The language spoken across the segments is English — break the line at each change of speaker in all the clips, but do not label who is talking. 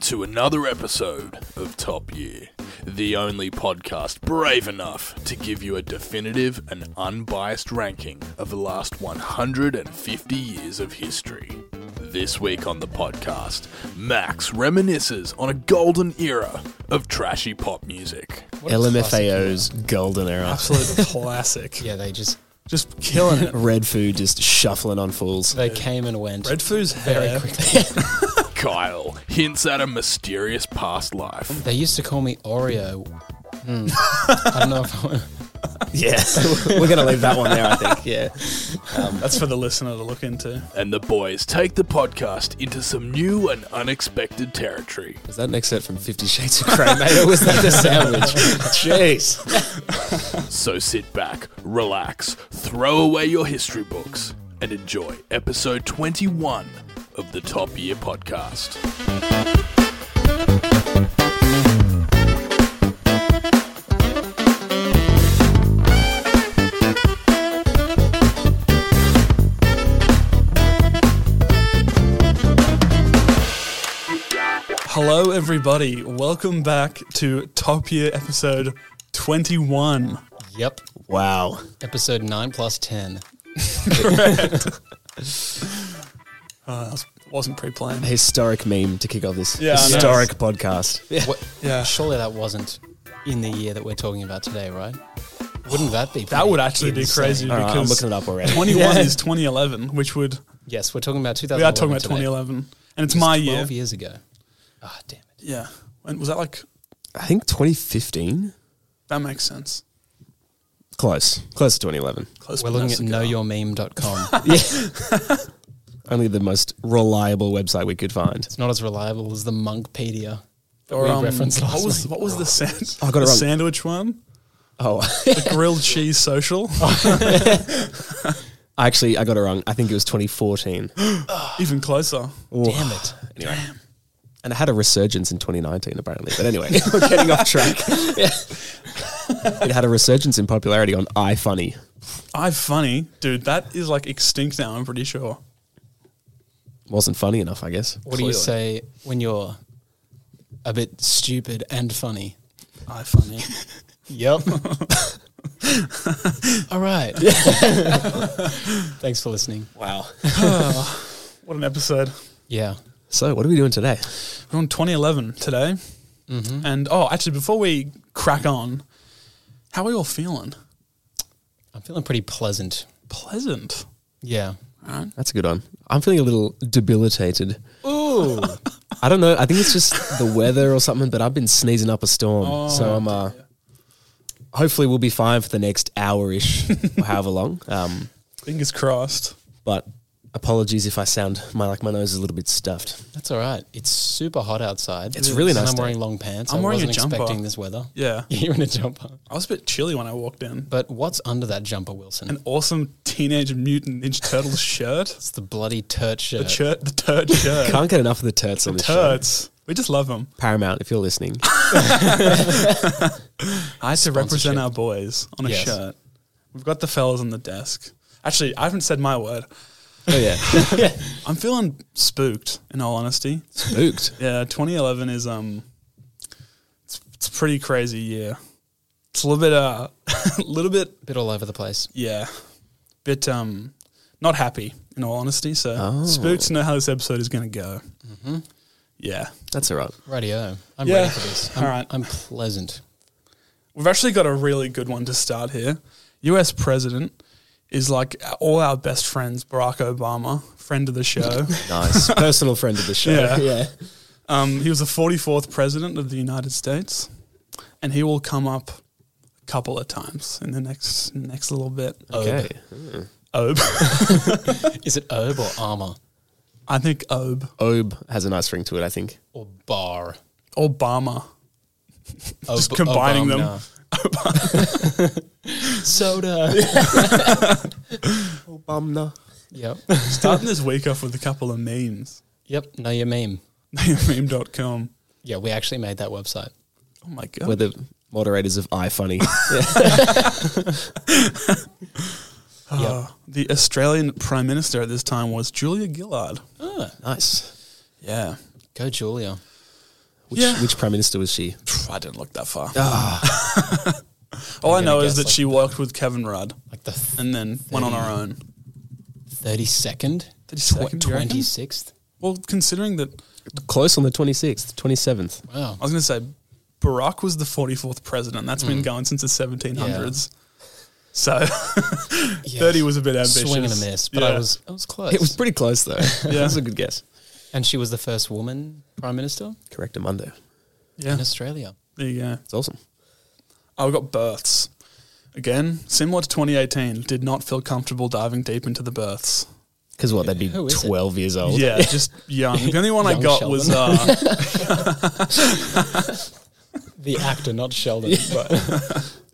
to another episode of Top Year, the only podcast brave enough to give you a definitive and unbiased ranking of the last 150 years of history. This week on the podcast, Max reminisces on a golden era of trashy pop music.
What a
LMFAO's golden era.
classic. absolute classic.
Yeah, they just
Just killing it.
Red food just shuffling on fools.
they came and went
Red Foo's
very
hair.
quickly.
Kyle hints at a mysterious past life.
they used to call me Oreo. Hmm. I don't know if I,
Yeah. We're going to leave that one there, I think. Yeah.
That's for the listener to look into.
And the boys take the podcast into some new and unexpected territory.
Was that an excerpt from Fifty Shades of Grey, mate? Or was that the sandwich? Jeez.
So sit back, relax, throw away your history books, and enjoy episode 21 of the Top Year Podcast.
Hello, everybody. Welcome back to Top Year episode 21.
Yep.
Wow.
Episode 9 plus 10.
Uh, that wasn't pre planned.
Historic meme to kick off this
Yeah, I know.
historic podcast.
What,
Yeah.
surely that wasn't in the year that we're talking about today, right? Wouldn't that be?
That would
pretty
actually be
insane?
crazy
All right, I'm
because
looking it up already.
21 is 2011, which would.
Yes, we're talking about 2011.
We are talking about
today.
2011. And it's
Just
my
12
year.
years ago. Ah, damn it.
Yeah. And was that like.
I think 2015.
That makes sense.
Close. Close to 2011.
Close
We're
but
looking
no
at
cigar.
knowyourmeme.com.
Only the most reliable website we could find.
it's not as reliable as the Monkpedia. that
Or,
we
um,
referenced last
what was
week.
what was the, sand,
I got it wrong.
the sandwich one?
Oh,
The grilled cheese social.
actually, I got it wrong. I think it was 2014.
Even closer.
Damn it.
Anyway. And it had a resurgence in 2019, apparently. But anyway, we're getting off track. it had a resurgence in popularity on iFunny.
I funny, dude. That is like extinct now. I'm pretty sure.
Wasn't funny enough, I guess.
What do you
Clearly.
say when you're a bit stupid and funny?
I funny.
Yep. All right. Thanks for listening.
Wow.
what an episode.
Yeah.
So, what are we doing today?
We're on 2011 today, and oh, actually, before we crack on, how are you all feeling?
I'm feeling pretty pleasant.
Pleasant.
Yeah.
That's a good one. I'm feeling a little debilitated. Ooh. I don't know. I think it's just the weather or something, but I've been sneezing up a storm.
Oh,
so, I'm. Uh, hopefully, we'll be fine for the next hour ish, or however long. Um,
Fingers crossed.
but apologies if I sound my like my nose is a little bit stuffed.
That's all right. It's super hot outside.
It's really
And
nice
I'm
day.
wearing long pants.
I'm
I
wearing a
wasn't
jumper.
expecting this weather.
Yeah,
You're in a jumper.
I was a bit chilly when I walked in.
But what's under that jumper, Wilson?
An awesome teenage mutant ninja turtles shirt.
it's the bloody turt
The
shirt.
shirt, the turd shirt.
Can't get enough of the turts on this show.
Turds. We just love them.
Paramount, if you're listening,
I had to represent
Sponsorship.
our boys on a
Yes.
shirt. We've got the fellas on the desk. Actually, I haven't said my word.
oh yeah,
I'm feeling spooked, in all honesty.
spooked.
Yeah, 2011 is um, it's, it's a pretty crazy year. It's a little bit uh, a little bit
Bit all over the place.
yeah, bit um, not happy, in all honesty. So
Oh.
spooked to know how this episode is going to go. Mm-hmm. Yeah,
That's all right.
Radio. I'm
Yeah.
ready for this. I'm,
All right.
I'm pleasant.
We've actually got a really good one to start here. US president is like all our best friends, Barack Obama, friend of the show.
Nice personal friend of the show.
Yeah.
yeah.
um, he was the 44th president of the United States, and he will come up a couple of times in the next next little bit.
Okay.
Ob.
Is it herb or armor
I think Ob.
Obe has a nice ring to it, I think.
or bar?
Obama. Just combining them.
Soda.
Obama.
yep.
Starting this week off with a couple of memes.
Yep. Know your meme.
Meme.com.
Yeah, we actually made that website.
Oh my God.
We're the moderators of iFunny.
Ah, The Australian Prime Minister at this time was Julia Gillard.
Ah,
nice.
Yeah.
go Julia.
Which,
Yeah.
which prime minister was she?
Pff, I didn't look that far.
Ah,
All I know
gonna
is
guess
that she worked with Kevin Rudd
Like the
and then went on her own.
thirty second,
32nd, you reckon?
twenty sixth.
Well, considering that
close on the 26th, 27th.
Wow.
I was going to say Barack was the 44th president. That's
Mm.
been going since the 1700s. So
Yeah.
30 was a bit ambitious.
swing and a miss, but I
Yeah.
was I was close.
It was pretty close though.
Yeah.
that was a good guess.
and she was the first woman prime minister
Correct, Amundo.
Yeah.
in Australia.
There you go.
It's awesome.
I've got births. Again, similar to 2018, did not feel comfortable diving deep into the births.
Because what they'd be
Who is it?
12 years old.
Yeah, just young. The only one I
Young
got was uh,
The actor, not Sheldon, but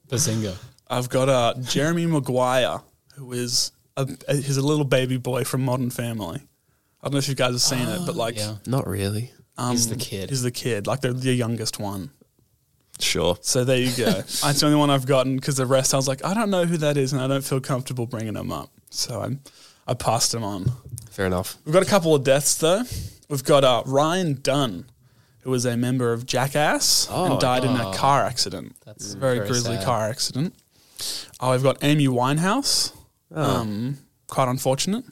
Bazinga.
I've got uh, Jeremy Maguire, who is a, a, he's a little baby boy from Modern Family. I don't know if you guys have seen it, but like
Oh, yeah.
Not really.
um,
He's the kid.
he's the kid. Like they're the youngest one.
Sure.
So there you go. That's the only one I've gotten because the rest I was like, I don't know who that is, and I don't feel comfortable bringing them up. So I'm, I passed him on.
Fair enough.
We've got a couple of deaths though. We've got uh, Ryan Dunn, who was a member of Jackass
Oh,
and died in a car accident.
That's
very,
very
grisly
sad.
car accident. Oh, we've got Amy Winehouse.
Oh.
Um, quite unfortunate.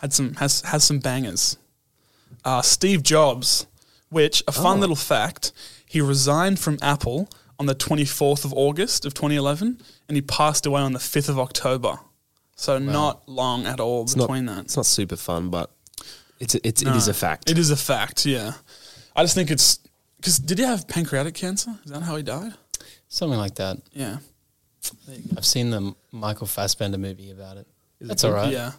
Had some has has some bangers. Uh, Steve Jobs, which a
Oh.
fun little fact, he resigned from Apple on the 24th of August of 2011, and he passed away on the 5th of October. So not long at all
Not-
between that.
It's not super fun, but it's it's
No.
it is a fact.
Ah. It is a fact, yeah. I just think it's because did he have pancreatic cancer? Is that how he died?
Something like that.
Yeah.
I've seen the Michael Fassbender movie about it. That's all right.
Yeah.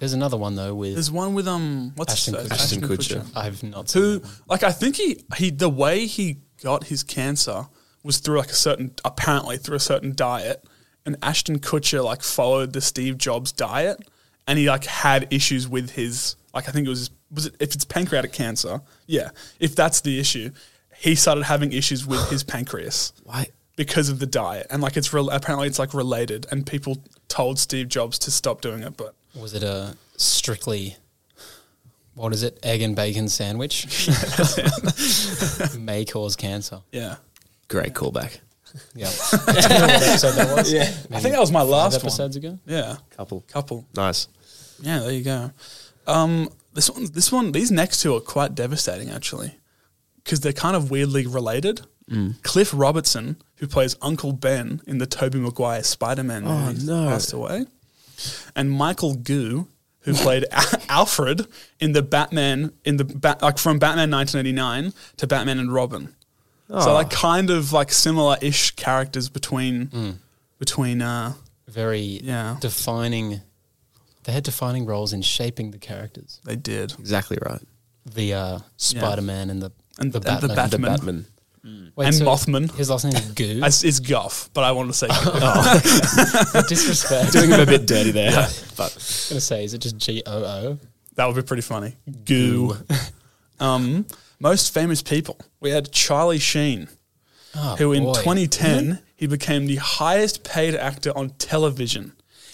There's another one though with
There's one with um what's
Ashton
his
Kutcher.
face?
Ashton Kutcher.
I've not seen.
Who
that.
like I think he he the way he got his cancer was through like a certain apparently through a certain diet and Ashton Kutcher like followed the Steve Jobs diet and he like had issues with his like I think it was was it if it's pancreatic cancer yeah if that's the issue he started having issues with his pancreas
Why?
because of the diet and like it's real apparently it's like related and people told Steve Jobs to stop doing it but
Was it a strictly what is it? Egg and bacon sandwich may cause cancer.
yeah
Great callback.
Yeah. Do you know what episode that was?
Yeah.
I think that was my
Five
last one
episodes ago.
yeah
Couple.
couple
Nice.
yeah there you go um this one this one these next two are quite devastating actually because they're kind of weirdly related Cliff Robertson who plays Uncle Ben in the Tobey Maguire Spider-Man
Oh,
movie
no.
passed away and Michael Goo, who played Al- Alfred in the Batman in the Bat, like from Batman 1989 to Batman and Robin. So like kind of like similar ish characters between between uh
Very
Yeah.
defining. They had defining roles in shaping the characters.
they did
Exactly right.
The uh, Spider-Man and the
And-
the
and the
Batman.
Bat-
The
Batman.
Batman.
Wait,
and
so
Mothman.
His last name is Goo.
It's, it's Goff, but I want to say Goo.
disrespect.
Doing him a bit dirty there. But
gonna say, is it just G O O?
that would be pretty funny. Goo. um, most famous people. We had Charlie Sheen,
Oh,
who in 2010 he became the highest paid actor on television.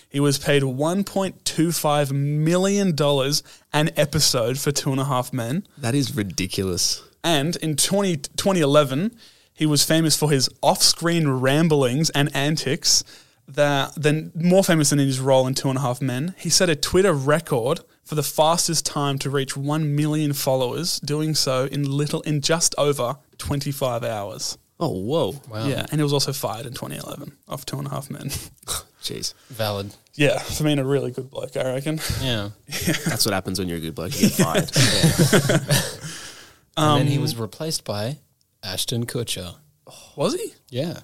He was paid 1.25 million dollars an episode for Two and a Half Men,
that is ridiculous.
and in 20, 2011 he was famous for his off-screen ramblings and antics. That then more famous than in his role in Two and a Half Men, he set a Twitter record for the fastest time to reach 1 million followers, doing so in little in just over 25 hours.
Oh, whoa.
Wow.
Yeah, and he was also fired in 2011 off Two and a Half Men.
Jeez.
Valid.
yeah, for being a really good bloke, I reckon.
Yeah.
That's what happens when you're a good bloke. You get fired.
and then he was replaced by Ashton Kutcher.
Was he?
Yeah.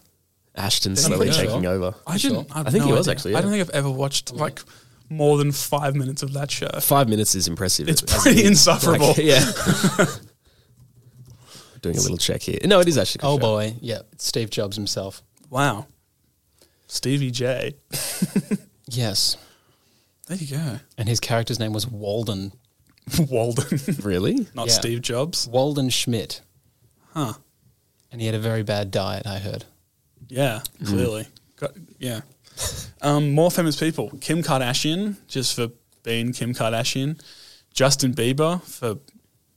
Ashton slowly
pretty
taking
sure.
over.
I
Sure.
didn't. I, have
I think
no
he was
idea.
actually,
I don't
yeah.
think I've ever watched like more than five minutes of that show.
Five minutes is impressive.
It's
as it
pretty
is.
insufferable.
Like, yeah. Doing a little check here. No, it is actually.
Oh
Kutcher.
boy. Yeah. It's Steve Jobs himself.
Wow, Stevie J.
Yes.
There you go,
And his character's name was Walden.
Walden,
Really?
not
Yeah.
Steve Jobs.
Walden Schmidt.
Huh?
And he had a very bad diet, I heard.
Yeah, clearly. Got, yeah. Um, more famous people: Kim Kardashian, just for being Kim Kardashian. Justin Bieber for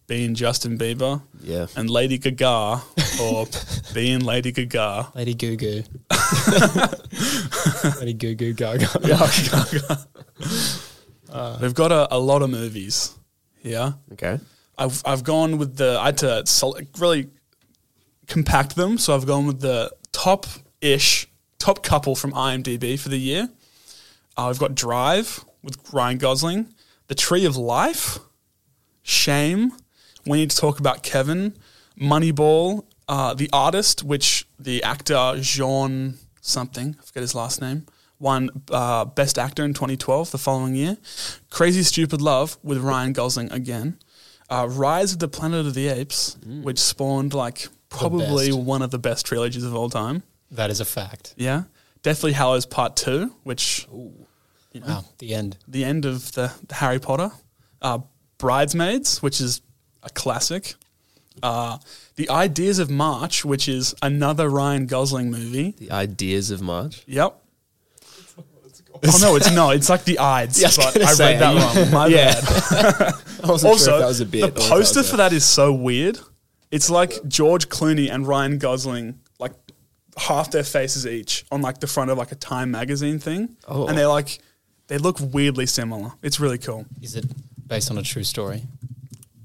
being Justin Bieber
Yeah.
and Lady Gaga or being Lady Gaga.
Lady Goo Goo. Lady Goo Goo Gaga.
We've got a, a lot of movies here.
Okay.
I've I've gone with the I had to sel- really compact them, so I've gone with the top ish top couple from IMDb for the year. Uh, I've got Drive with Ryan Gosling, The Tree of Life, Shame. We need to talk about Kevin, Moneyball, uh, The Artist, which the actor Jean something I forget his last name won uh, Best Actor in 2012. The following year, Crazy Stupid Love with Ryan Gosling again uh, Rise of the Planet of the Apes, which spawned like probably
best.
one of the best trilogies of all time.
That is a fact.
Yeah, Deathly Hallows Part Two, which
Wow. The end.
the end of the, the Harry Potter, uh, Bridesmaids, which is a classic. Uh, the Ideas of March, which is another Ryan Gosling movie.
The ideas of March.
Yep. Oh no, it's no, it's like the Ides.
Yeah, I was
but
gonna
I
say,
read that wrong. My bad.
I wasn't
also, the poster for that is so weird. It's like George Clooney and Ryan Gosling, like half their faces each on like the front of like a Time magazine thing,
Oh.
and they're like they look weirdly similar. It's really cool.
Is it based on a true story?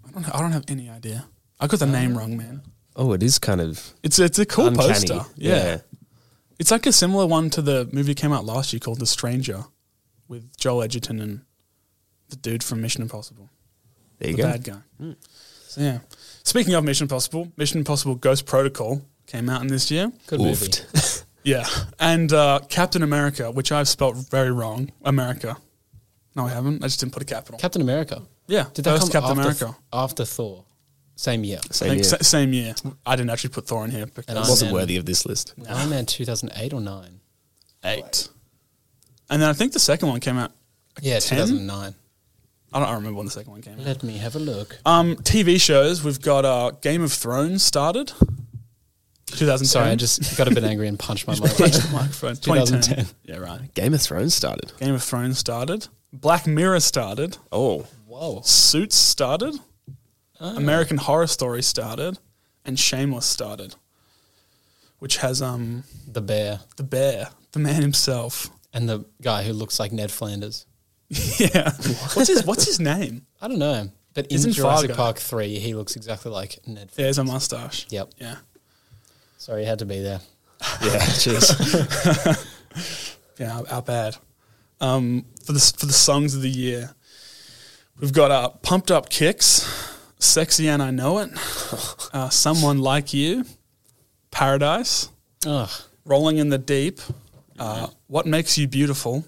I don't, I don't have any idea. I got the name wrong, man.
Oh, it is kind of
It's it's a cool
uncanny.
poster. Yeah. it's like a similar one to the movie that came out last year called The Stranger, with Joel Edgerton and the dude from Mission Impossible.
There you
the
go.
bad guy. So yeah. Speaking of Mission Impossible, Mission Impossible Ghost Protocol came out in this year.
Good movie.
Oofed.
Yeah, and uh, Captain America, which I've spelt very wrong, America. No, I haven't. I just didn't put a capital.
Captain America.
yeah,
Did that
first
come
Captain
after,
America.
after Thor? Same year.
Same
Like,
year.
sa- same year. I didn't actually put Thor in here
And
because
Iron
wasn't
Man.
worthy of this list.
Was Iron Man 2008 or 9?
eight. And then I think the second one came out.
Yeah,
10?
2009.
I don't I don't remember when the second one came out.
Let me have a look.
Um, TV shows. We've got uh, Game of Thrones started. 2010.
Sorry, I just got a bit angry and punched my mic.
punched the microphone.
2010.
2010. Yeah, right.
Game of Thrones started.
Game of Thrones started. Black Mirror started.
Oh,
Whoa.
Suits started.
Oh.
American Horror Story started, and Shameless started, which has um
The bear
the bear, the man himself.
and the guy who looks like Ned Flanders.
yeah. What's his What's his name?
I don't know. But in
Isn't
Jurassic
Fargo-
Park 3, he looks exactly like Ned Flanders.
There's a mustache.
Yep.
Yeah.
Sorry, he had to be there.
yeah. Jeez.
Yeah. Our, our bad. Um, for the s- for the songs of the year, we've got uh, "Pumped Up Kicks," "Sexy and I Know It," uh, "Someone Like You," "Paradise."
Ugh.
Rolling in the Deep, uh, What Makes You Beautiful,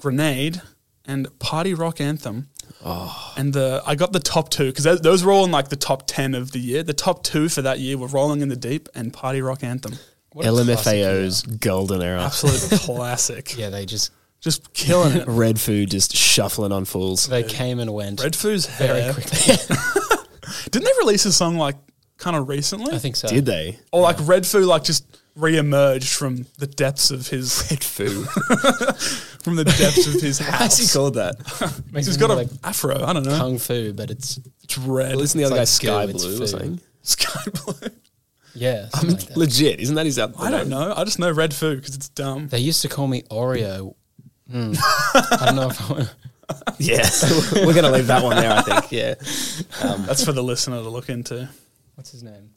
Grenade, and Party Rock Anthem.
Oh.
And the I got the top two because those, those were all in like the top ten of the year. The top two for that year were Rolling in the Deep and Party Rock Anthem.
What a classic.
LMFAO's golden era.
Absolute classic.
Yeah, they just,
Just killing it.
Red food just shuffling on fools.
they came and went
Red Foo's
very
hair.
quickly.
Didn't they release a song like kind of recently?
I think so.
Did they?
or like Red Foo like just re-emerged from the depths of his
Red food.
from the depths of his
Why is he
house.
called that?
Makes
He's
me
got a
think of, like
afro. I don't know.
kung fu, but it's,
It's red.
Well, isn't the other
like
guy Sky
goo, it's
Blue or
food.
something?
Sky blue.
yeah,
I
something
mean,
like that.
legit. Isn't that his album?
I don't know. I just know red food because it's dumb.
They used to call me Oreo. Hmm. I don't know if I
Yeah. We're going to leave that one there, I think. Yeah.
That's for the listener to look into.
What's his name?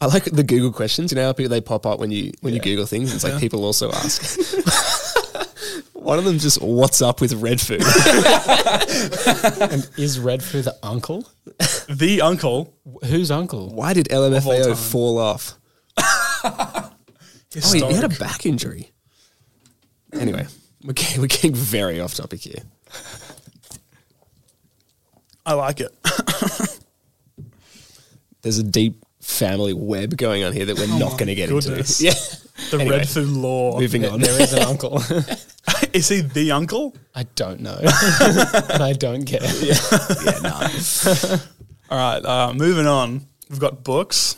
I like the Google questions. You know how people they pop up when you when you Google things. It's like people also ask. One of them just what's up with red food?
Is Redfoo the uncle?
The uncle.
Wh- Whose uncle?
Why did
Of all
LMFAO
time.
fall off? Oh, he,
Historic.
he had a back injury. Anyway, we're getting, we're getting very off topic here.
I like it.
There's a deep family web going on here that we're not
Oh my
going to get
goodness.
into.
The
Anyway.
red food law.
Yeah, moving
There-
on.
there is an uncle.
Is he the uncle?
I don't know, and I don't care.
All right. Uh, moving on. We've got books.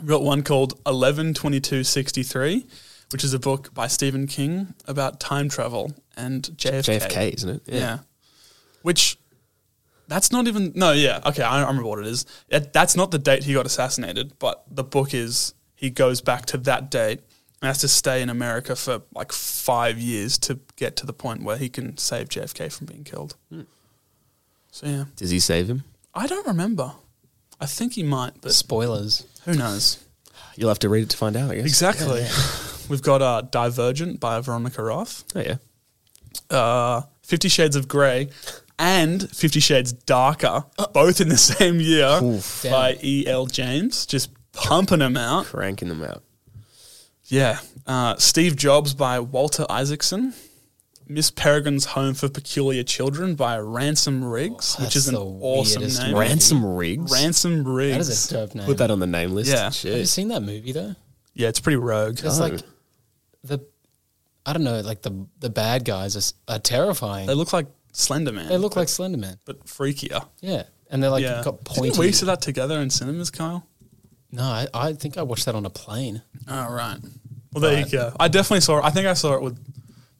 We've got one called Eleven Twenty Two Sixty Three, which is a book by Stephen King about time travel and JFK.
JFK, isn't it?
Yeah. Which That's not even no. Yeah, okay, I, I remember what it is. That that's not the date he got assassinated, but the book is he goes back to that date and has to stay in America for like five years to get to the point where he can save JFK from being killed. So yeah,
Does he save him?
I don't remember. I think he might, but
Spoilers.
who knows?
You'll have to read it to find out, I guess.
Exactly. We've got uh, Divergent by Veronica Roth.
Oh, yeah.
uh, Fifty Shades of Grey and Fifty Shades Darker, both in the same year
Oof.
by E.L. James, just pumping them out.
Cranking them out.
Yeah. Uh, Steve Jobs by Walter Isaacson. Miss Peregrine's Home for Peculiar Children by Ransom Riggs, which
that's
is an
the
awesome
weirdest
name.
one.
Ransom Riggs?
Ransom
That
Riggs.
is a dope name.
Put that on the name list.
Yeah.
Have you
Shit.
seen that movie though?
yeah, it's pretty rogue.
It's
No.
like the, I don't know, like the the bad guys are, s- are terrifying.
They look like Slender Man.
They look like Slender Man.
but freakier.
Yeah, and they're like
yeah.
got pointy.
Didn't we see that together in cinemas, Kyle?
No, I, I think I watched that on a plane.
Oh,
All right. Well, there you go. I definitely saw it. I think I saw it with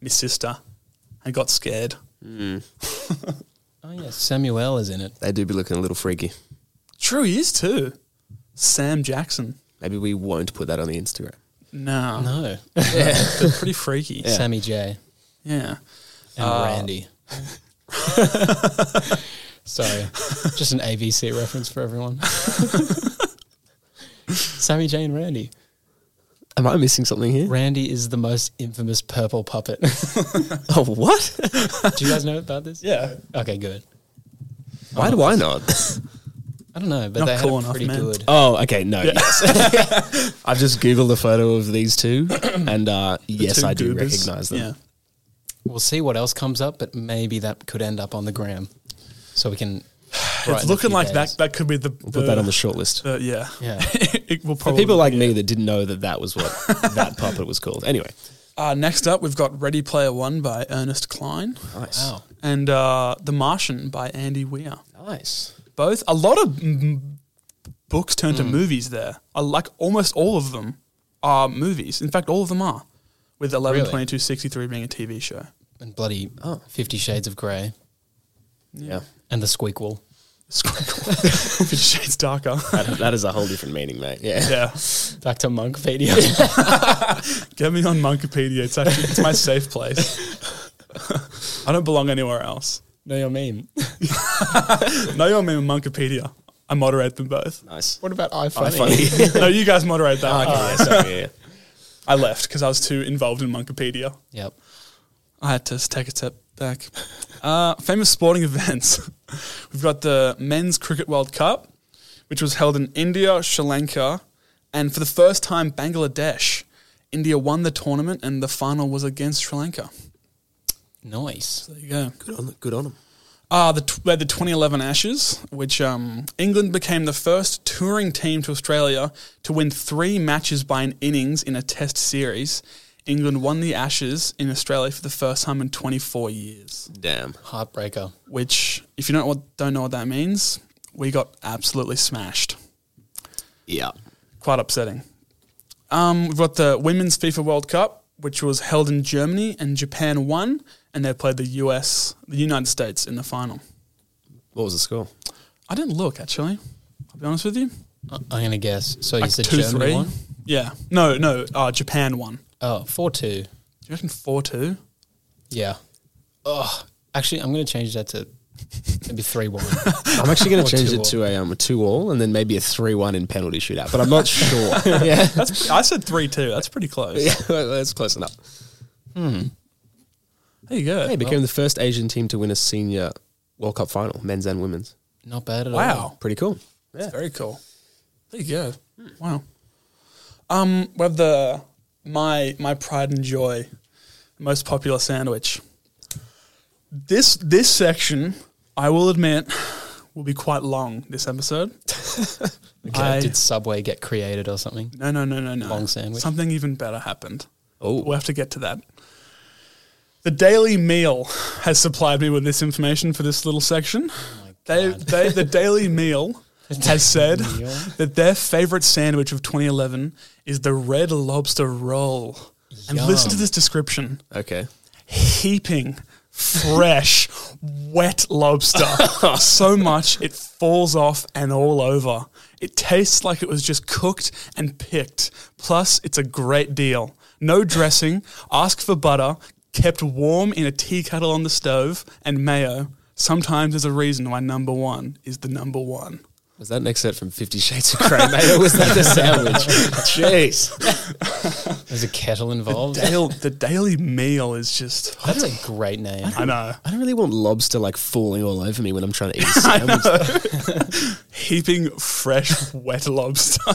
my sister and got scared.
Oh yeah, Samuel is in it.
They do be looking a little freaky.
True, he is too. Sam Jackson.
Maybe we won't put that on the Instagram.
No.
No,
They're pretty freaky. Yeah.
Sammy J and
Ah.
Randy. Sorry, just an ABC reference for everyone. Sammy J and Randy.
Am I missing something here?
Randy is the most infamous purple puppet.
Oh, what?
Do you guys know about this?
Yeah.
Okay, good.
Why do I not?
I don't know, but
Not
they
cool
had it
enough,
pretty
man.
good.
Oh, okay. No, yes. I've just Googled a photo of these two, and uh, yes,
Two
I do
goobers.
recognize them.
Yeah.
We'll see what else comes up, but maybe that could end up on the gram, so we can. brighten
It's
a
looking
few
like
days.
that. That could be the.
We'll put that on the short list.
the- yeah.
Yeah.
it will
For
probably.
people like me that didn't know that that was what that puppet was called. Anyway,
uh, next up, we've got Ready Player One by Ernest Klein
nice,
Wow.
and uh, The Martian by Andy Weir.
nice.
Both a lot of m- books turned to movies. There, I like almost all of them are movies. In fact, all of them are, with eleven
Really?
twenty two sixty three being a TV show.
And bloody
Oh.
Fifty Shades of Grey
Yeah,
and the Squeakquel.
Squiggle, Fifty Shades Darker.
that, that is a whole different meaning, mate. Yeah,
yeah,
Back to Monkpedia.
get me on Monkopedia. It's actually it's my safe place. I don't belong anywhere else.
know your meme.
No, you're on Monkopedia. I moderate them both.
nice.
What about
I
iPhone?
funny.
no, you guys moderate that.
Okay,
one.
yeah, sorry, yeah.
I left because I was too involved in Monkopedia.
Yep.
I had to take a step back. Uh, famous sporting events. We've got the Men's Cricket World Cup, which was held in India, Sri Lanka, and for the first time, Bangladesh. India won the tournament, and the final was against Sri Lanka.
Nice.
There you go.
Good on, good on them.
Ah, the tw- we had the 2011 Ashes, which um, England became the first touring team to Australia to win three matches by an innings in a Test series. England won the Ashes in Australia for the first time in 24 years.
Damn.
Heartbreaker.
Which, if you don't what, don't know what that means, we got absolutely smashed.
Yeah.
Quite upsetting. Um, we've got the Women's FIFA World Cup, which was held in Germany, and Japan won, and they played the US, the United States, in the final.
What was the score?
I didn't look actually. I'll be honest with you.
I- I'm gonna guess. So you
Like
said
two,
Germany
three.
won?
Yeah. No, no. Uh, Japan won. Do
Oh, four two.
you reckon four two?
Yeah. Oh, actually, I'm gonna change that to maybe three one.
I'm actually going
Or
to change
two
it to a um, a two all, and then maybe a three-one in penalty shootout. But I'm not sure. yeah,
That's I said three two. That's pretty close.
yeah, that's close enough.
There you go.
They became the first Asian team to win a senior World Cup final, men's and women's.
Not bad at all.
wow.
Pretty cool.
That's very cool. There you go. Wow. Um, we have the my my pride and joy, most popular sandwich. This this section, I will admit, will be quite long. This episode.
Okay.
I-
uh, Did Subway get created or something?
No, no, no, no, no.
Long sandwich.
Something even better happened.
Oh.
We'll have to get to that. The Daily Meal has supplied me with this information for this little section.
Oh
they, they, the Daily Meal has said
Meal?
that their favorite sandwich of 2011 is the Red Lobster Roll. And listen to
Yum.
this description
Okay.
heaping fresh, wet lobster. so much it falls off and all over. It tastes like it was just cooked and picked. Plus, it's a great deal. No dressing, ask for butter, kept warm in a tea kettle on the stove, and mayo. Sometimes there's a reason why number one is the number one.
Was that an excerpt from Fifty Shades of Grey, mate? Or was that the sandwich? Jeez.
There's a kettle involved.
Dail, the daily meal is just.
That's a great name.
I know.
I don't really want lobster like falling all over me when I'm trying to eat a sandwich.
Heaping fresh, wet lobster.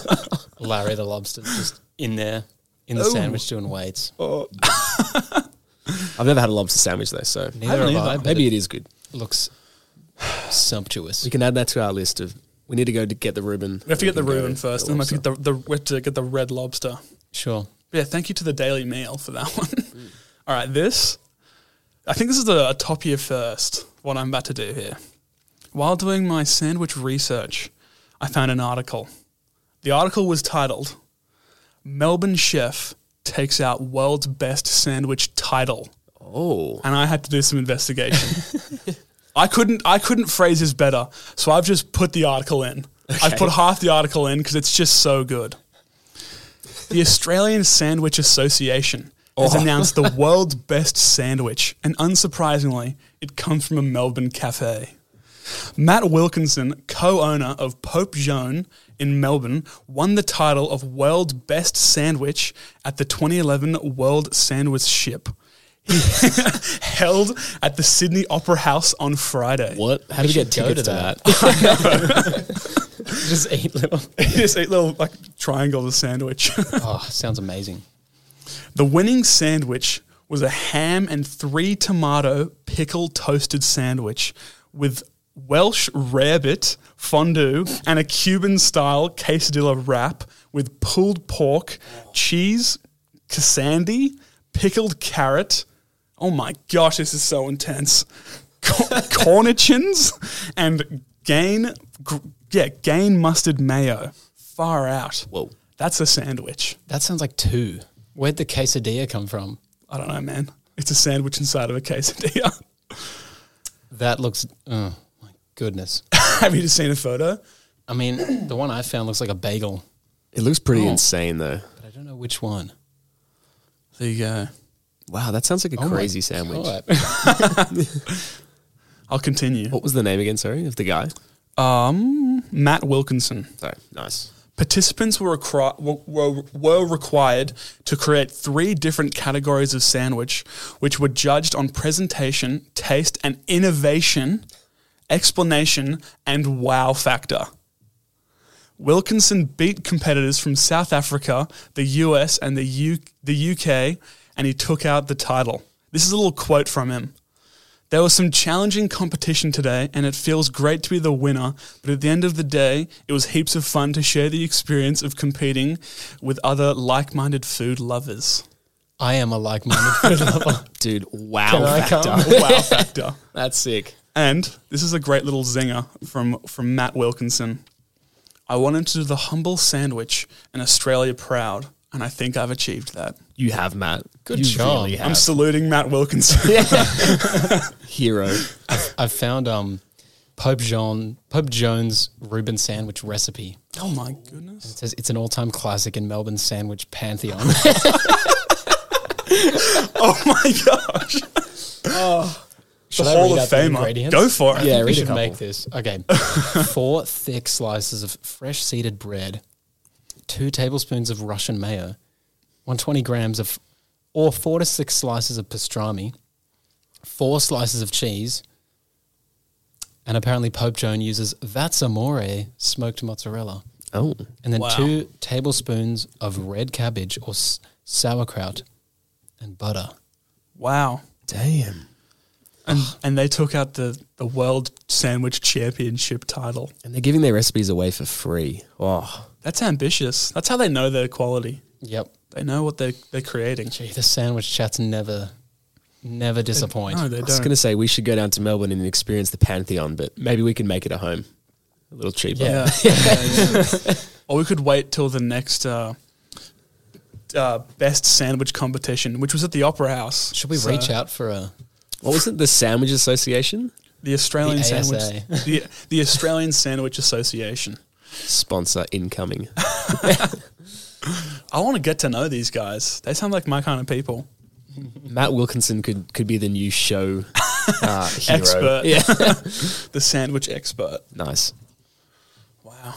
Larry the lobster's just in there in the
Ooh.
sandwich doing weights.
Oh.
I've never had a lobster sandwich though, so
Neither have I. but
maybe it is good.
it looks sumptuous.
We can add that to our list of. We need to go to get the Reuben.
We have to get the Reuben first, and then we have to
lobster.
get the, the we have to get the red lobster.
Sure.
But yeah, thank you to the Daily Mail for that one. All right, this I think this is a, a top year first. What I'm about to do here, while doing my sandwich research, I found an article. The article was titled "Melbourne Chef Takes Out World's Best Sandwich Title."
Oh,
and I had to do some investigation. I couldn't I couldn't phrase this better, so I've just put the article in. I've put half the article in because it's just so good. The Australian Sandwich Association has announced the world's best sandwich, and unsurprisingly, it comes from a Melbourne cafe. Matt Wilkinson, co-owner of Pope Joan in Melbourne, won the title of World's Best Sandwich at the 2011 World Sandwich Ship held at the Sydney Opera House on Friday.
what? How do we
should
get
go
tickets to
to
that?
that. Just eat little.
Just eight little like triangles of sandwich.
Oh, sounds amazing.
the winning sandwich was a ham and three tomato pickle toasted sandwich with Welsh rarebit fondue and a Cuban style quesadilla wrap with pulled pork, cheese, cassandi, pickled carrot. Oh my gosh, this is so intense. Cor- Cornichons and gain, gr- yeah, gain mustard mayo. Far out.
Whoa.
That's a sandwich.
That sounds like two. Where'd the quesadilla come from?
I don't know, man. It's a sandwich inside of a quesadilla.
That looks. Oh my goodness.
Have you just seen a photo?
I mean, the one I found looks like a bagel,
It looks pretty
Oh.
insane though.
but I don't know which one.
There you go.
Wow, that sounds like a
Oh my
crazy sandwich.
God.
I'll continue.
What was the name again? Sorry, of the guy.
Um, Matt Wilkinson.
Sorry, nice.
Participants were, acro- were, were required to create three different categories of sandwich, which were judged on presentation, taste, and innovation, explanation, and wow factor. Wilkinson beat competitors from South Africa, the US, and the, U- the UK, and he took out the title. This is a little quote from him. There was some challenging competition today, and it feels great to be the winner. But at the end of the day, it was heaps of fun to share the experience of competing with other like minded food lovers.
I am a like-minded food lover.
Dude, wow,
Can I
factor.
come?
Wow factor.
That's sick.
And this is a great little zinger from, from Matt Wilkinson. I wanted to do the humble sandwich and Australia proud, and I think I've achieved that.
You have Matt.
Good
you
job.
Really have.
I'm saluting Matt Wilkinson.
hero.
I found um, Pope John Pope Jones Reuben sandwich recipe.
oh my goodness.
It says it's an all-time classic in Melbourne sandwich pantheon.
Oh my gosh.
Oh. Should
the
I
Hall
read
of
out the
Famer.
ingredients?
Go for it.
I
Yeah,
think we
read a
should
couple.
make this. Okay. Four thick slices of fresh seeded bread, two tablespoons of Russian mayo, 120 grams of, or four to six slices of pastrami, four slices of cheese, and apparently Pope Joan uses That's Amore smoked mozzarella,
Oh,
and then
Wow.
two tablespoons of red cabbage or s- sauerkraut and butter.
Wow.
damn.
And, and they took out the, the World Sandwich Championship title.
And they're giving their recipes away for free. Oh,
That's ambitious. That's how they know their quality.
Yep.
They know what they're, they're creating.
Gee, the sandwich chats never, never disappoint.
No, they
I was going to
don't.
say we should go down to Melbourne and experience the Pantheon, but maybe we can make it at home. A little cheaper.
Yeah. Yeah, yeah. or we could wait till the next uh, uh, best sandwich competition, which was at the Opera House.
Should we
So-
reach out for a
What was it? The Sandwich Association?
The Australian
The
Sandwich.
ASA.
The, the Australian Sandwich Association.
Sponsor incoming.
I want to get to know these guys. They sound like my kind of people.
Matt Wilkinson could, could be the new show uh, hero.
Expert.
Yeah.
The sandwich expert.
nice.
Wow.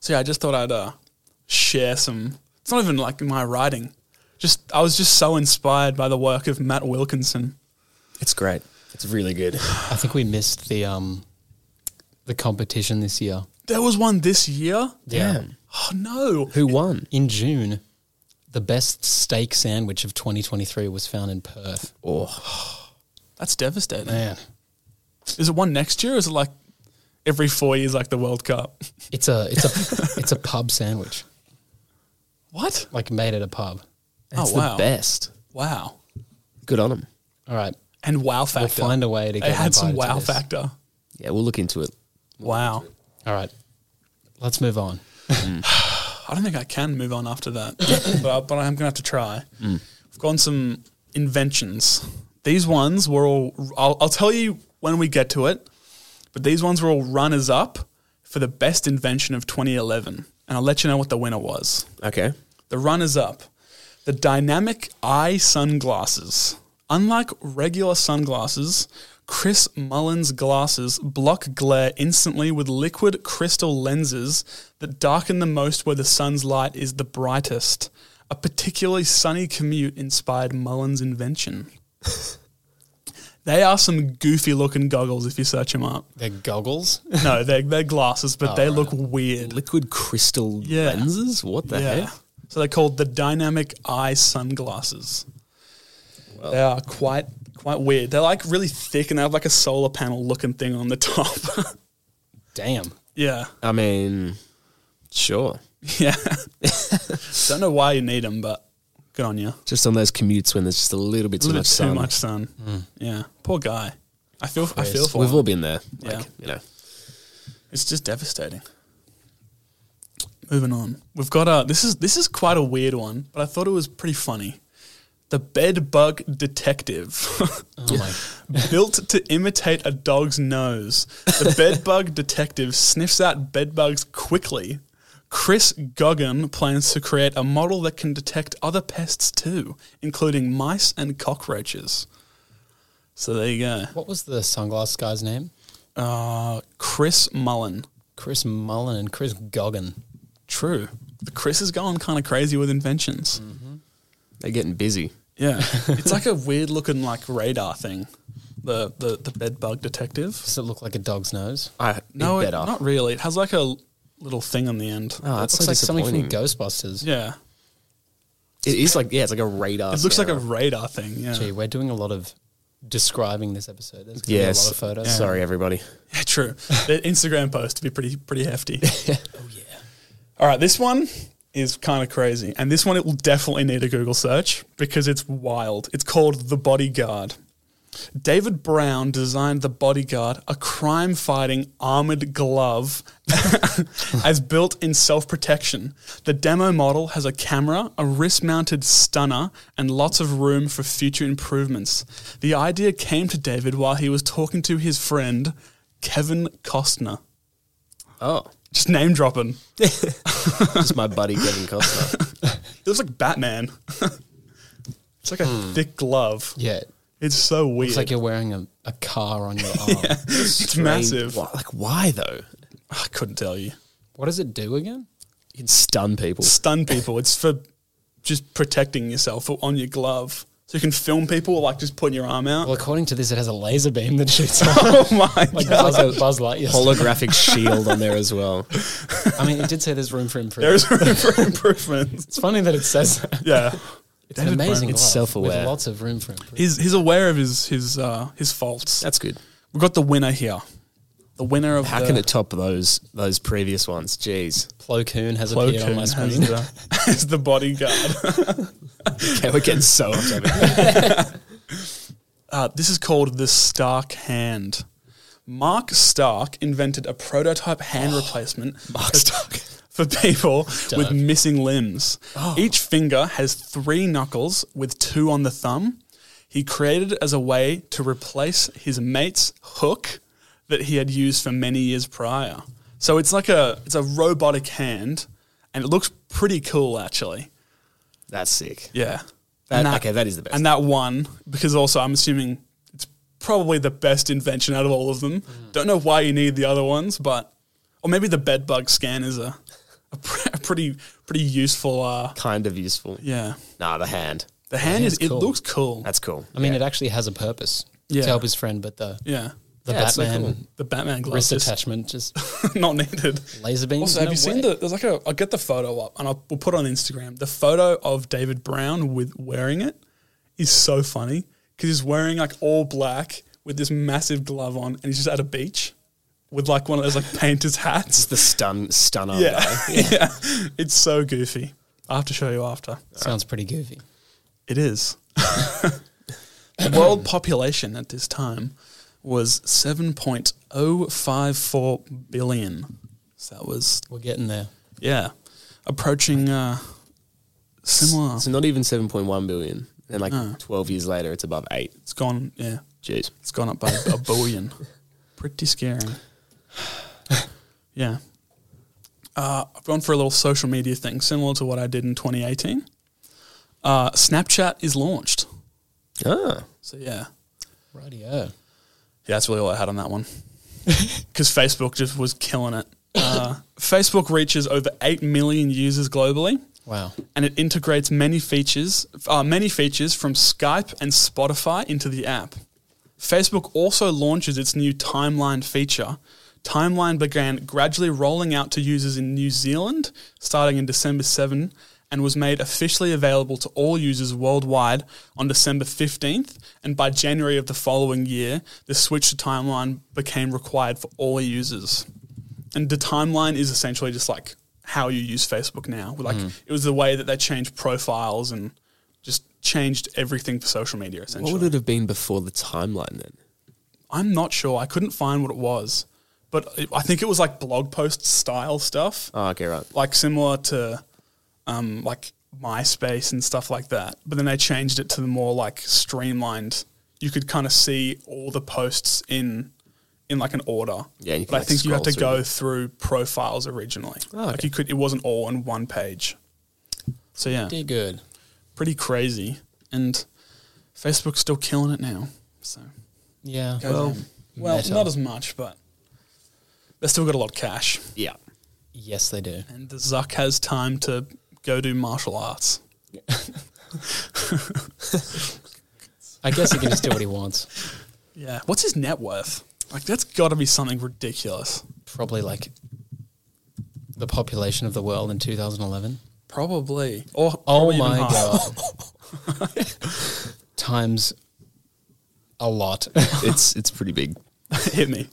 So yeah, I just thought I'd uh, share some. It's not even like my writing. Just I was just so inspired by the work of Matt Wilkinson.
It's great. It's really good.
I think we missed the um the competition this year.
There was one this year.
Yeah.
Oh no!
Who won?
In June, the best steak sandwich of 2023 was found in Perth.
Oh,
That's devastating.
Man,
Is it one next year? Or is it like every four years, like the World Cup?
it's a it's a it's a pub sandwich,
What?
like made at a pub.
it's
oh wow!
the best.
Wow!
Good on him.
All right,
And wow factor.
we'll find a way to
It
get
had some
invited to
wow
this.
factor.
Yeah, we'll look into it.
Wow.
All right, let's move on.
I don't think I can move on after that, but, I, but I'm going to have to try. We've gone some inventions. These ones were all, I'll, I'll tell you when we get to it, but these ones were all runners up for the best invention of 2011. And I'll let you know what the winner was.
Okay.
The runners up the dynamic eye sunglasses. Unlike regular sunglasses, Chris Mullins glasses block glare instantly with liquid crystal lenses that darken the most where the sun's light is the brightest. A particularly sunny commute inspired Mullins' invention. they are some goofy looking goggles if you search them up.
They're goggles.
No, they're, they're glasses, but they look weird.
Liquid crystal
Yeah.
lenses? What the
Yeah.
heck?
So they're called the dynamic eye sunglasses. They are quite quite weird. They're like really thick and they have like a solar panel looking thing on the top.
Damn.
yeah.
I mean, sure.
Yeah. Don't know why you need them, but good on you.
Just on those commutes when there's just a little bit
A
too
little
much
bit
sun. Hmm.
too much sun. Yeah. Poor guy. I feel I feel for
We've
him.
all been there.
Yeah.
Like, you know.
It's just devastating. Moving on, we've got a this is this is quite a weird one, but I thought it was pretty funny. The bed bug detective,
Oh my.
built to imitate a dog's nose, the bed bug detective sniffs out bed bugs quickly. Chris Goggin plans to create a model that can detect other pests too, including mice and cockroaches. So there you go.
What was the sunglass guy's name?
Uh, Chris Mullen.
Chris Mullen and Chris Goggin.
True. But Chris is going kind of crazy with inventions.
They're getting busy.
Yeah. it's like a weird looking like radar thing. The the, the bed bug detective.
Does it look like a dog's nose?
I
No,
it
it,
better.
not really. It has like a little thing on the end.
oh,
It
that's so
looks like something
disappointing.
from Ghostbusters.
Yeah.
It is like yeah, it's like a radar.
It looks like a
scanner.
radar thing. Yeah.
Gee, we're doing a lot of describing this episode. There's gonna
yes.
be a lot of photos.
Sorry, everybody.
Yeah, true. Their Instagram post would be pretty pretty hefty. oh yeah. All right, this one is kind of crazy, and this one it will definitely need a Google search because it's wild. It's called the Bodyguard. David Brown designed the Bodyguard, a crime-fighting armored glove, as built-in self-protection. The demo model has a camera, a wrist-mounted stunner, and lots of room for future improvements. The idea came to David while he was talking to his friend Kevin Costner.
Oh,
Just name dropping.
just my buddy Kevin Costner.
It looks like Batman. it's like a thick glove.
Yeah.
It's so weird.
It's like you're wearing a, a car on your arm.
it's
Strange-
massive. Ah,
Why, like why though?
I couldn't tell you.
What does it do again?
You can stun people.
Stun people. It's for just protecting yourself on your glove. So you can film people like just putting your arm out.
Well, according to this, it has a laser beam that shoots off
oh my
like
god.
Buzz, Buzz Lightyear.
Holographic shield on there as well.
I mean, it did say there's room for improvement.
There is room for improvement.
it's funny that it says that.
Yeah.
It's an amazing.
It's
glove
self-aware.
With lots of room for improvement.
He's he's aware of his his uh, his faults.
That's good.
We've got the winner here. The winner of
How
the
can it top those those previous ones? Jeez.
Plo Koon has
Plo
appeared on
Koon
my
has
screen.
the, has the bodyguard.
Okay, we're getting so upset.
Uh, this is called the Stark Hand. Mark Stark invented a prototype hand replacement for, for people with missing limbs. Each finger has three knuckles with two on the thumb. He created it as a way to replace his mate's hook that he had used for many years prior. So it's like a it's a robotic hand, and it looks pretty cool actually.
That's sick.
Yeah.
That-
And
okay, that is the best.
And that one, because also I'm assuming it's probably the best invention out of all of them.
Mm.
Don't know why you need the other ones, but or maybe the bed bug scan is a, a, pre- a pretty pretty useful. Uh,
Kind of useful.
yeah,
Nah, the hand.
the hand is
hand's cool.
it looks cool.
That's cool.
I mean, it actually has a purpose
Yeah.
to help his friend, but the
yeah,
the
Yeah, it's so
Batman
cool.
the Batman glove
wrist
is
attachment just
not needed.
laser beams.
Also, have
No
you
way.
seen the? There's like a. I'll get the photo up and I'll, we'll put it on Instagram. The photo of David Brown with wearing it is so funny because he's wearing like all black with this massive glove on, and he's just at a beach with like one of those like painters hats.
The stun stunner.
yeah,
guy.
yeah, it's so goofy. I will have to show you after.
Sounds pretty goofy.
It is. the world population at this time was 7.054 billion. So that was
We're getting there.
Yeah. Approaching uh, similar.
So not even seven point one billion. And like twelve years later it's above eight.
It's gone, yeah.
Jeez.
It's gone up by a billion. Pretty scary. Yeah. Uh, I've gone for a little social media thing similar to what I did in 2018. Uh, Snapchat is launched.
Ah.
So, yeah.
Rightio.
Yeah, that's really all I had on that one. Because Facebook just was killing it. Uh, Facebook reaches over 8 million users globally.
Wow.
and it integrates many features, uh, many features from Skype and Spotify into the app. Facebook also launches its new timeline feature. Timeline began gradually rolling out to users in New Zealand starting in December 7 and was made officially available to all users worldwide on December 15th. And by January of the following year, the switch to timeline became required for all users and the timeline is essentially just like how you use Facebook now. Like it was the way that they changed profiles and just changed everything for social media.
What
Essentially,
would it have been before the timeline then?
I'm not sure. I couldn't find what it was, but it, I think it was like blog post style stuff,
Oh, okay, right.
like similar to um, like MySpace and stuff like that. But then they changed it to the more like streamlined. You could kind of see all the posts in in like an order.
Yeah, you can,
but I
like,
think you had to
scroll
go through profiles originally.
Oh,
Like
okay.
you could, it wasn't all on one page. So yeah,
Did good.
pretty crazy. And Facebook's still killing it now. So
Yeah.
go them. well,
Meta.
not as much, but they still got a lot of cash.
Yeah.
yes, they do.
And the Zuck has time to go do martial arts.
I guess he can just do what he wants.
Yeah. What's his net worth? Like that's got to be something ridiculous.
Probably like the population of the world in 2011.
Probably. Or
Oh
probably even
my
half.
god. Times a lot.
it's it's pretty big.
Hit me,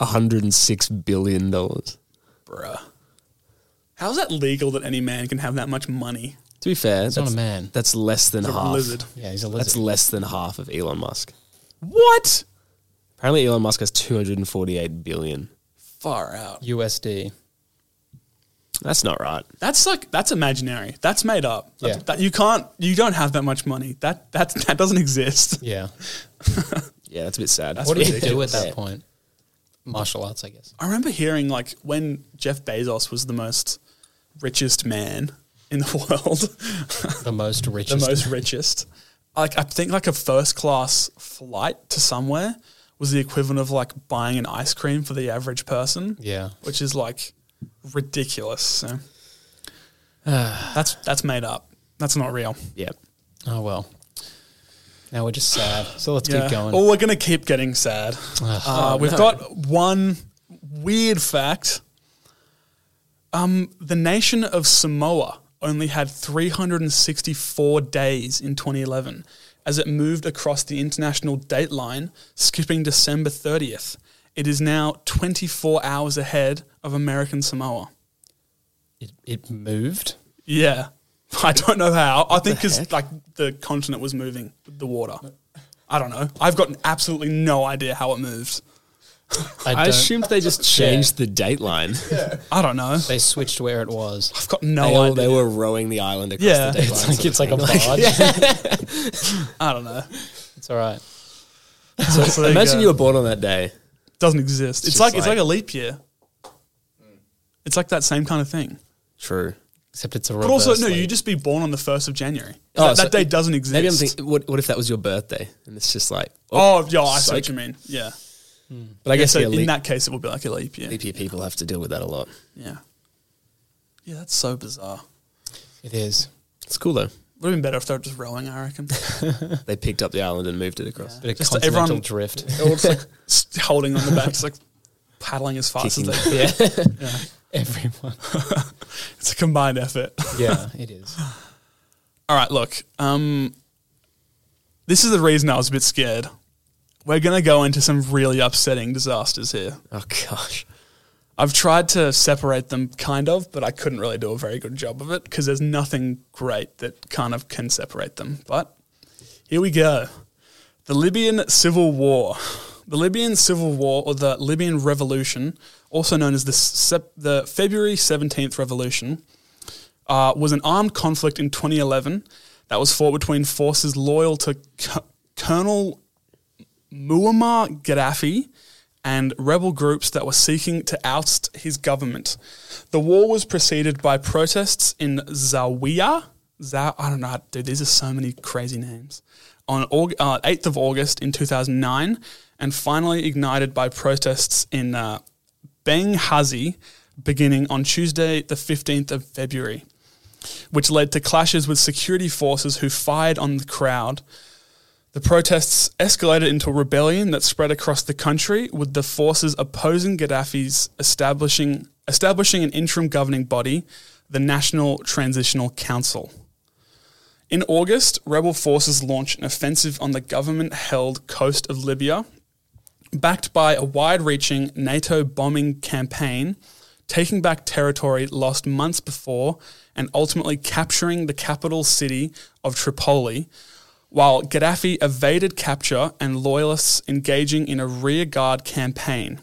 hundred and six billion dollars.
bruh. How's that legal that any man can have that much money?
To be fair,
not
that's,
a man.
that's less than
It's a
half.
lizard.
Yeah, he's a
That's
lizard.
less than half of Elon Musk.
What?
Apparently, Elon Musk has two hundred and forty-eight billion.
Far out.
USD.
That's not right.
That's like that's imaginary. That's made up. That's-
Yeah.
That, you can't. You don't have that much money. That that that doesn't exist.
Yeah.
Yeah, that's a bit sad.
That's
What do you
ridiculous.
do at that
Yeah.
point? Martial arts, I guess.
I remember hearing like when Jeff Bezos was the most richest man in the world.
The most
the
richest.
most richest. Like I think like a first class flight to somewhere was the equivalent of like buying an ice cream for the average person.
Yeah.
Which is like ridiculous. So that's that's made up. That's not real.
yeah.
Oh well. Now we're just sad. So let's
Yeah. Oh.
keep going. Oh,
Well, we're gonna keep getting sad.
Ugh.
Uh, we've got one weird fact. Um, the nation of Samoa only had 364 days in 2011 as it moved across the international date line, skipping December 30th. It is now 24 hours ahead of American Samoa.
It, it moved.
Yeah. I don't know how. I think
heck?
because like the continent was moving with the water. I don't know. I've got absolutely no idea how it moves.
I
I
don't-
assumed they just changed the date line.
I don't know.
they switched where it was.
I've got
They,
no
all-
idea.
they were rowing the island across
Yeah.
the date line.
It's
sort
like
of
it's like a
thing.
barge.
I don't know.
It's all right.
So, so there
Imagine
go.
you were born on that day.
doesn't exist. It's,
just
like, it's
like-
like a leap year. It's like that same kind of thing.
True.
Except it's a
But also,
reverse
no,
leap.
you just be born on the first of January.
Oh,
that,
so
that day
it-
doesn't exist.
Maybe I'm thinking, what, what if that was your birthday? And it's just like, oh,
Oh, yeah, I see
Psych.
what you mean. Yeah.
but I guess
so
yeah,
in
leap,
that case, it would be like a leap year.
leap year people have to deal with that a lot.
Yeah. Yeah, that's so bizarre.
It is.
It's cool though.
Would have been better if they were just rowing, I reckon.
They picked up the island and moved it across.
Bit of
Just
continental
everyone-
drift.
They're all just like s- holding on the back, just like paddling as fast
Kicking.
as they can.
Everyone.
It's a combined effort.
Yeah, it is.
All right, look. Um, this is the reason I was a bit scared. We're going to go into some really upsetting disasters here.
Oh gosh.
I've tried to separate them kind of, but I couldn't really do a very good job of it because there's nothing great that kind of can separate them. But here we go. The Libyan Civil War. The Libyan Civil War, or the Libyan Revolution, also known as the, Sep- the February 17th Revolution, uh, was an armed conflict in 2011 that was fought between forces loyal to C- Colonel Muammar Gaddafi and rebel groups that were seeking to oust his government. The war was preceded by protests in Zawiya. Za- I don't know, how- dude, these are so many crazy names. On Aug- uh, 8th of August in 2009, and finally ignited by protests in uh, Benghazi beginning on Tuesday, the 15th of February, which led to clashes with security forces who fired on the crowd. The protests escalated into a rebellion that spread across the country, with the forces opposing Gaddafi's establishing establishing an interim governing body, the National Transitional Council. In August, rebel forces launched an offensive on the government-held coast of Libya, backed by a wide-reaching NATO bombing campaign, taking back territory lost months before, and ultimately capturing the capital city of Tripoli while Gaddafi evaded capture and loyalists engaging in a rearguard campaign.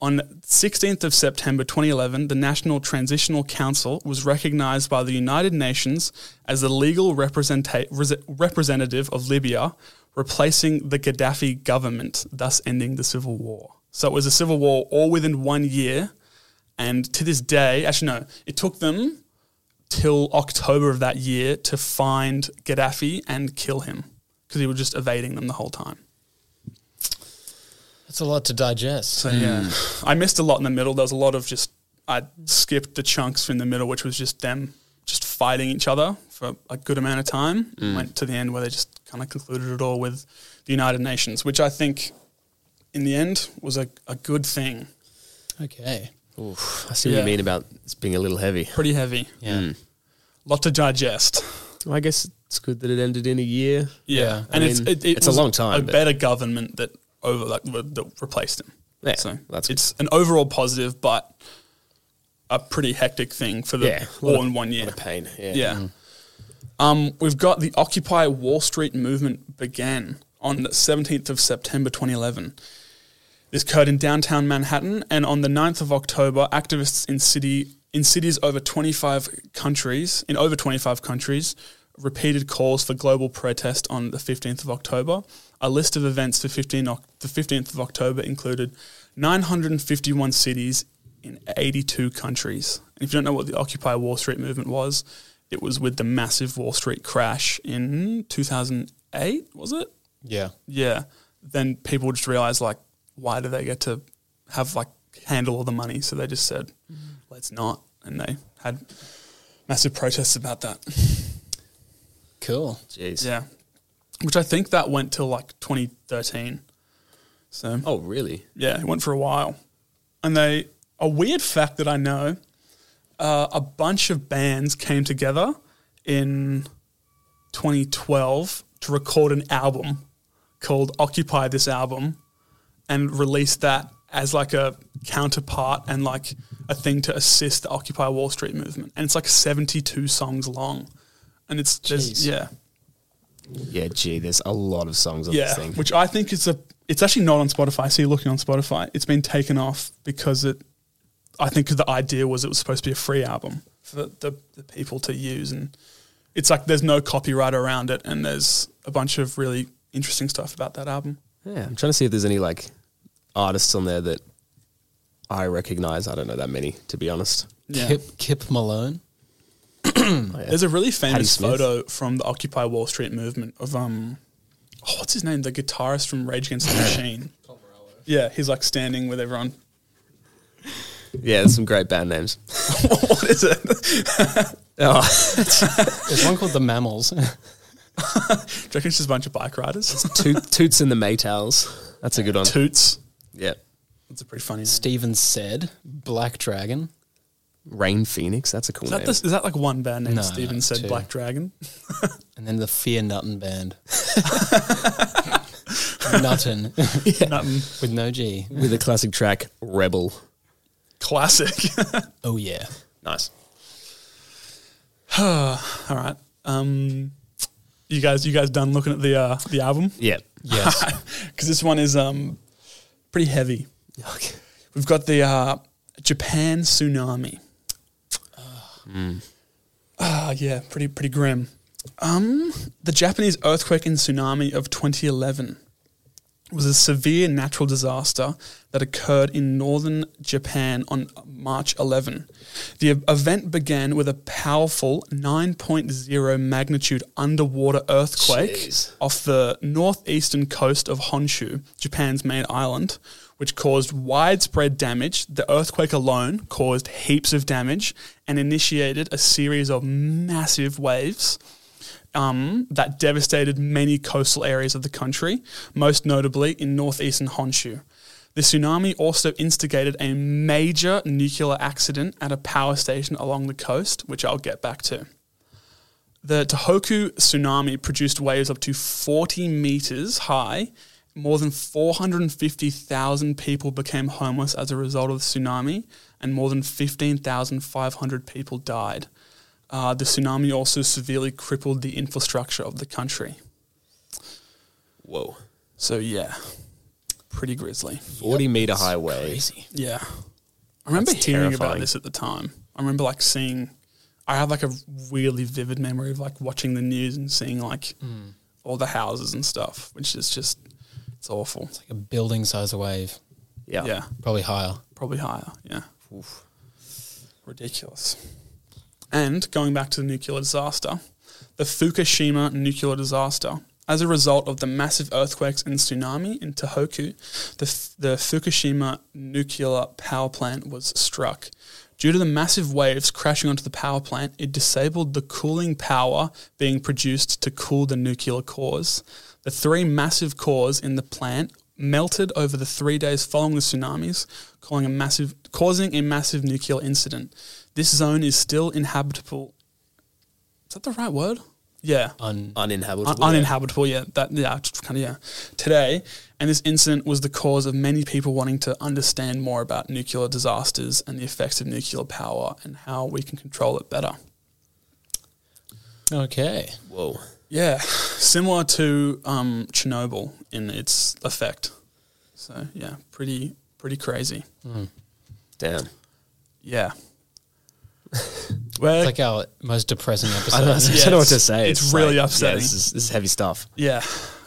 On 16th of September 2011, the National Transitional Council was recognized by the United Nations as the legal representa- res- representative of Libya, replacing the Gaddafi government, thus ending the civil war. So it was a civil war all within one year, and to this day, actually no, it took them till October of that year to find Gaddafi and kill him because he was just evading them the whole time.
It's a lot to digest.
So
Hmm.
yeah, I missed a lot in the middle. There was a lot of just I skipped the chunks from the middle, which was just them just fighting each other for a good amount of time.
Hmm.
Went to the end where they just kind of concluded it all with the United Nations, which I think in the end was a, a good thing.
Okay.
Oof, I see what
Yeah.
you mean about it's being a little heavy.
Pretty heavy,
Yeah.
lot to digest.
Well, I guess it's good that it ended in a year.
Yeah,
Yeah.
and
I
it's
mean,
it, it
it's a
was
long time,
A
but-
better government that over like, re- that replaced him.
Yeah,
so
that's
it's an overall positive, but a pretty hectic thing for the
Yeah, a lot
all
of-
in one year.
What a pain. Yeah.
Yeah. Um, we've got the Occupy Wall Street movement began on the 17th of September 2011. This occurred in downtown Manhattan, and on the 9th of October, activists in city in cities over 25 countries in over 25 countries repeated calls for global protest on the 15th of October. A list of events for 15 Oc- the 15th of October included 951 cities in 82 countries. And if you don't know what the Occupy Wall Street movement was, it was with the massive Wall Street crash in 2008, was it?
Yeah.
Yeah. Then people just realized, like, why do they get to have, like, handle all the money? So they just said, let's not. And they had massive protests about that.
Cool.
Jeez.
Yeah. Which I think that went till like 2013. So,
Oh, really?
yeah, it went for a while. And they, a weird fact that I know, uh, a bunch of bands came together in 2012 to record an album called Occupy This Album and released that as like a counterpart and like a thing to assist the Occupy Wall Street movement. And it's like 72 songs long. And it's, there's,
Jeez.
yeah,
Yeah, gee, there's a lot of songs on
yeah,
this thing.
which I think is a. It's actually not on Spotify. So you're looking on Spotify. It's been taken off because it. I think the idea was it was supposed to be a free album for the, the, the people to use, and it's like there's no copyright around it, and there's a bunch of really interesting stuff about that album.
yeah, I'm trying to see if there's any like artists on there that I recognize. I don't know that many, to be honest.
Yeah,
Kip, Kip Malone.
Oh, yeah.
there's a really famous
Smith.
photo from the Occupy Wall Street movement of um, oh, what's his name? The guitarist from Rage Against the Machine. Yeah, he's like standing with everyone.
yeah, there's some great band names.
what is it?
Oh,
There's one called The Mammals.
Do you reckon it's just a bunch of bike riders?
Toot, Toots and the Maytals. That's a good one.
Toots.
Yeah.
That's a pretty funny name.
Steven said Black Dragon.
Rain Phoenix. That's a cool
Is
name.
that, the, is that like one band named
No,
Steven
no,
said
two.
Black Dragon?
And then the Fear Nuttin band. Nuttin
Nothing
with no G.
With a classic track, Rebel.
classic.
Oh yeah.
Nice.
All right. Um, you guys, you guys done looking at the uh, the album?
Yeah.
Yes.
Because this one is um, pretty heavy.
Okay.
We've got the uh, Japan tsunami.
Mm.
Ah, yeah, pretty pretty grim. Um, the Japanese earthquake and tsunami of 2011 was a severe natural disaster that occurred in northern Japan on March 11. The e- event began with a powerful 9.0 magnitude underwater earthquake
Jeez.
off the northeastern coast of Honshu, Japan's main island, which caused widespread damage. The earthquake alone caused heaps of damage and initiated a series of massive waves um, that devastated many coastal areas of the country, most notably in northeastern Honshu. The tsunami also instigated a major nuclear accident at a power station along the coast, which I'll get back to. The Tohoku tsunami produced waves up to 40 meters high. More than 450,000 people became homeless as a result of the tsunami, and more than 15,500 people died. Uh, the tsunami also severely crippled the infrastructure of the country.
Whoa.
So, yeah, pretty grisly.
40 meter high waves.
Yeah. I remember
That's
hearing about
terrifying.
this at the time. I remember like seeing, I have like a weirdly vivid memory of like watching the news and seeing like all the houses and stuff, which is just, it's awful.
Like a building size wave.
Yeah.
yeah.
Probably higher.
Probably higher. Yeah. Ridiculous. And going back to the nuclear disaster, the Fukushima nuclear disaster. As a result of the massive earthquakes and tsunami in Tohoku, the, F- the Fukushima nuclear power plant was struck. Due to the massive waves crashing onto the power plant, it disabled the cooling power being produced to cool the nuclear cores. The three massive cores in the plant melted over the three days following the tsunamis, calling a massive, causing a massive nuclear incident. This zone is still inhabitable. Is that the right word? Yeah.
Un-
Uninhabitable.
Un- uninhabitable. Yeah, that yeah, kind of yeah. Today, and this incident was the cause of many people wanting to understand more about nuclear disasters and the effects of nuclear power and how we can control it better.
okay.
Whoa.
Yeah, similar to um, Chernobyl in its effect. So yeah, pretty pretty crazy.
Damn.
Yeah. Where
It's like our most depressing
I don't, know, I
episode.
don't know what to
it's-
say.
it's really
like,
upsetting.
Yeah, this, is, this is heavy stuff.
yeah,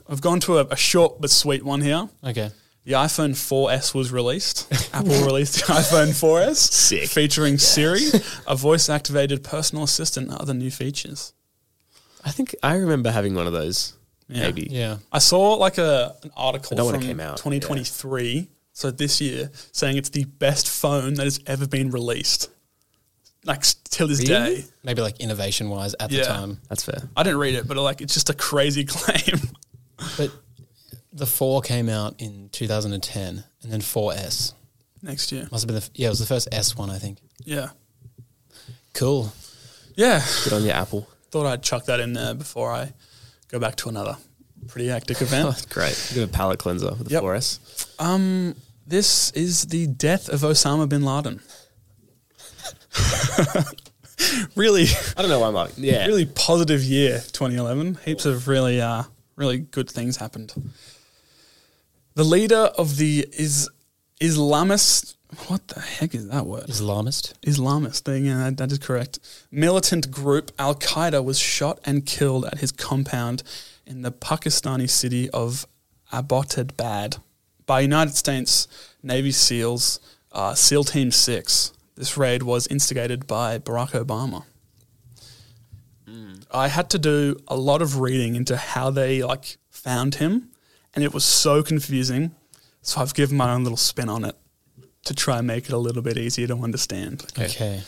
I've gone to a, a short but sweet one here.
okay.
The iPhone 4S was released. Apple released the iPhone 4S,
Sick.
featuring Siri, a voice-activated personal assistant, and other new features.
I think I remember having one of those.
Yeah.
Maybe.
Yeah.
I saw like a an
I
article
know
from
when it came out,
2023, so this year, saying it's the best phone that has ever been released, like s- till this
Really?
day.
Maybe like innovation wise at
Yeah.
the time.
That's fair.
I didn't read it, but like it's just a crazy claim.
But the 4 came out in 2010 and then 4S.
Next year,
Must have been the, f- yeah, it was the first S one, I think.
yeah,
Cool.
yeah.
Good on your Apple.
Thought I'd chuck that in there before I go back to another pretty hectic event.
Oh, great. Give a palate cleanser with the
Yep.
4S.
Um, this is the death of Osama bin Laden. really,
I don't know why I'm like, yeah.
really positive year 2011. Heaps of really, uh, really good things happened. The leader of the is Islamist. What the heck is that word?
Islamist.
Islamist thing. Yeah, that- that is correct. Militant group Al Qaeda was shot and killed at his compound in the Pakistani city of Abbottabad by United States Navy SEALs, uh, SEAL Team Six. This raid was instigated by Barack Obama. I had to do a lot of reading into how they like found him, and it was so confusing. So I've given my own little spin on it to try and make it a little bit easier to understand.
Okay.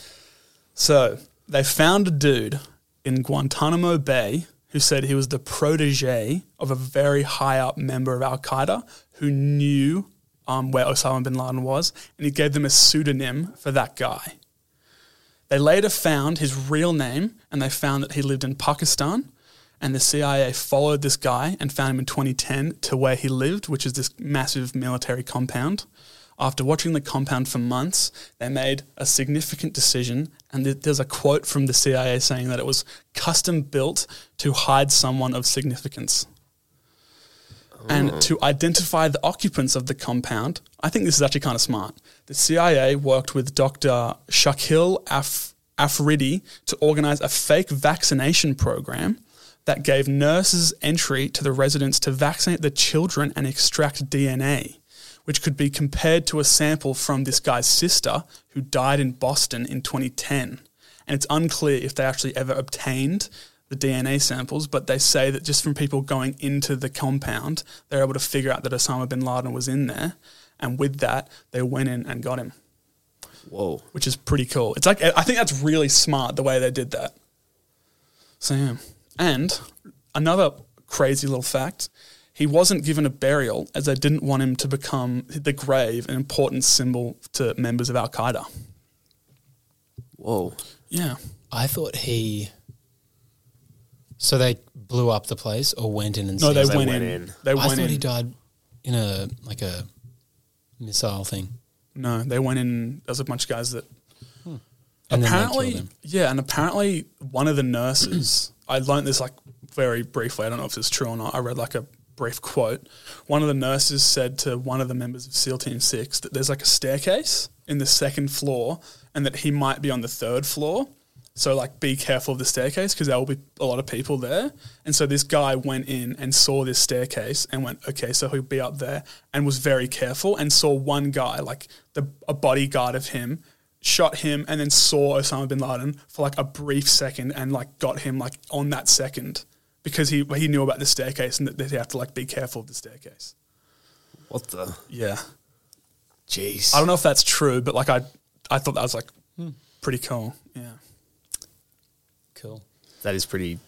So they found a dude in Guantanamo Bay who said he was the protege of a very high up member of Al Qaeda who knew um, where Osama bin Laden was, and he gave them a pseudonym for that guy. They later found his real name and they found that he lived in Pakistan. And the CIA followed this guy and found him in 2010 to where he lived, which is this massive military compound. After watching the compound for months, they made a significant decision. And th- there's a quote from the CIA saying that it was custom built to hide someone of significance and to identify the occupants of the compound. I think this is actually kind of smart. The CIA worked with Dr. Shakil Af- Afridi to organize a fake vaccination program that gave nurses entry to the residents to vaccinate the children and extract DNA, which could be compared to a sample from this guy's sister who died in Boston in 2010. And it's unclear if they actually ever obtained the DNA samples, but they say that just from people going into the compound, they're able to figure out that Osama bin Laden was in there. And with that, they went in and got him,
Whoa.
which is pretty cool. It's like, I think that's really smart the way they did that. So, yeah. And another crazy little fact he wasn't given a burial as they didn't want him to become the grave an important symbol to members of Al Qaeda.
Whoa.
Yeah.
I thought he. So they blew up the place or went in and
No, they,
seized it?
went,
went
in.
in.
They
I
went
thought
in.
he died in a like a missile thing.
No, they went in. There's a bunch of guys that
And then they
apparently,
killed him.
yeah, and apparently one of the nurses. I learned this like very briefly. I don't know if it's true or not. I read like a brief quote. One of the nurses said to one of the members of SEAL Team Six that there's like a staircase in the second floor, and that he might be on the third floor. So like, be careful of the staircase because there will be a lot of people there. And so this guy went in and saw this staircase and went, okay, so he'll be up there, and was very careful and saw one guy like the a bodyguard of him shot him and then saw Osama bin Laden for like a brief second and like got him like on that second because he he knew about the staircase and that that he had to like be careful of the staircase.
What the?
Yeah.
Jeez.
I don't know if that's true, but like I I thought that was like pretty cool. Yeah.
Cool.
That is pretty.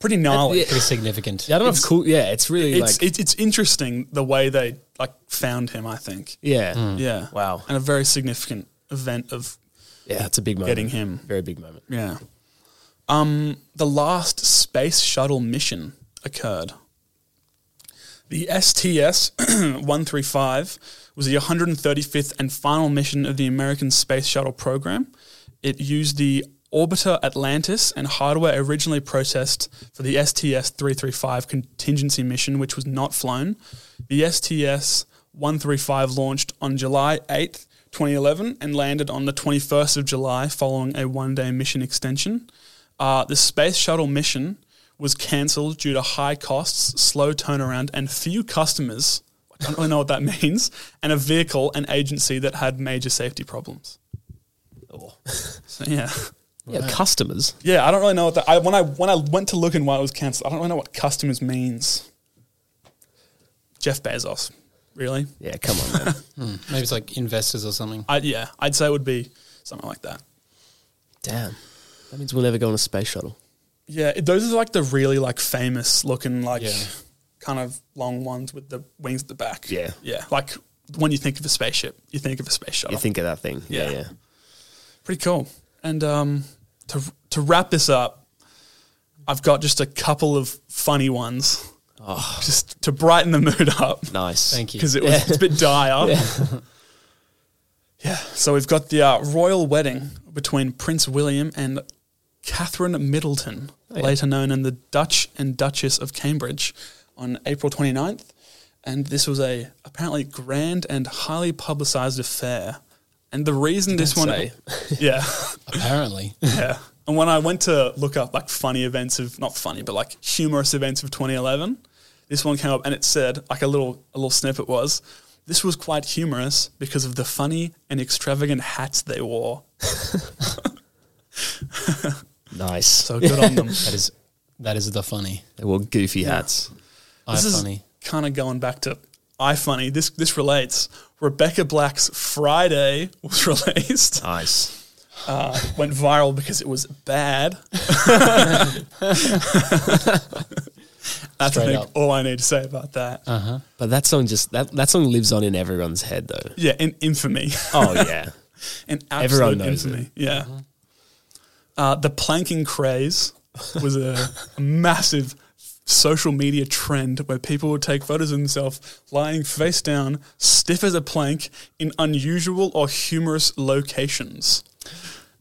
Pretty gnarly.
Oh, Pretty significant.
Yeah, I don't know if cool. Yeah, it's really
It's,
like.
it's it's interesting the way they like found him, I think.
yeah.
Yeah.
Mm. Wow.
And a very significant event of
Yeah, that's a big moment.
Getting him.
Very big moment.
Yeah. Um, the last space shuttle mission occurred. The STS 135 was the 135th and final mission of the American Space Shuttle program. It used the orbiter Atlantis and hardware originally processed for the STS 335 contingency mission, which was not flown. The STS 135 launched on July 8th, 2011 and landed on the 21st of July following a one day mission extension. Uh, the Space Shuttle mission was cancelled due to high costs, slow turnaround, and few customers. I don't really know what that means. And a vehicle and agency that had major safety problems.
Oh.
So, yeah.
Yeah, customers.
Yeah, I don't really know what that. I, when I when I went to look and why it was cancelled, I don't really know what customers means. Jeff Bezos, really?
Yeah, come on, man.
Maybe it's like investors or something.
I, yeah, I'd say it would be something like that.
Damn. That means we'll never go on a space shuttle.
Yeah, it- those are like the really like famous looking like
Yeah.
kind of long ones with the wings at the back.
Yeah.
Yeah. Like when you think of a spaceship, you think of a space shuttle.
You think of that thing. Oh. Yeah,
Yeah.
yeah.
Pretty cool. And um, to to wrap this up, I've got just a couple of funny ones.
Ah.
Just to brighten the mood up.
Nice.
Thank you.
Because it was it's a bit dire. yeah. So we've got the uh, royal wedding between Prince William and Catherine Middleton, later known as the Dutch and Duchess of Cambridge, on April 29th. And this was a apparently grand and highly publicized affair. And the reason this one,
say.
yeah,
Apparently.
yeah. And when I went to look up like funny events of not funny, but like humorous events of 2011, this one came up and it said like a little a little snippet was, this was quite humorous because of the funny and extravagant hats they wore.
Nice.
So good on them.
That is that is the funny.
they wore goofy hats.
I
This is
funny.
kind of going back to iFunny. This this relates. Rebecca Black's Friday was released.
Nice.
Uh,
Ah.
went viral because it was bad. That's I
Straight
think
up. Ah.
all I need to say about that.
But that song just that, that song lives on in everyone's head though.
yeah, in infamy.
Oh yeah.
an
Everyone
absolute
knows
infamy. Yeah. Uh, the planking craze was a massive social media trend where people would take photos of themselves lying face down, stiff as a plank, in unusual or humorous locations.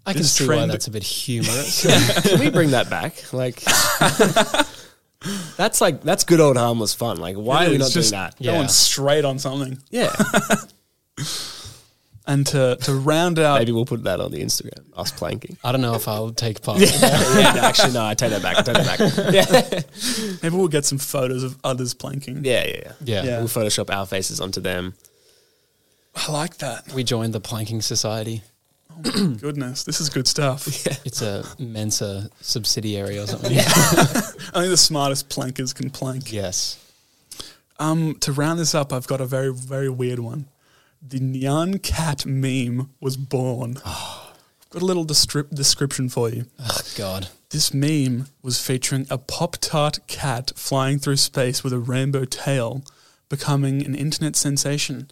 I can
this
see why
trend-
that's a bit humorous.
Can we bring that back? Like That's like that's good old harmless fun. Like why are we
It's
not
just
doing that?
Going
Yeah.
straight on something.
Yeah.
And to, to round out
Maybe we'll put that on the Instagram. Us planking.
I don't know if I'll take part.
yeah, no, actually no, I take that back. I take that back. Yeah.
maybe we'll get some photos of others planking.
yeah, yeah, yeah.
Yeah.
Yeah.
We'll Photoshop our faces onto them.
I like that.
We joined the planking society.
Hmm.
Goodness, this is good stuff.
It's a Mensa subsidiary or something.
Only the smartest plankers can plank.
Yes.
Um, to round this up, I've got a very, very weird one. The Nyan Cat meme was born. I've got a little descrip- description for you.
Oh God.
This meme was featuring a Pop Tart cat flying through space with a rainbow tail, becoming an internet sensation.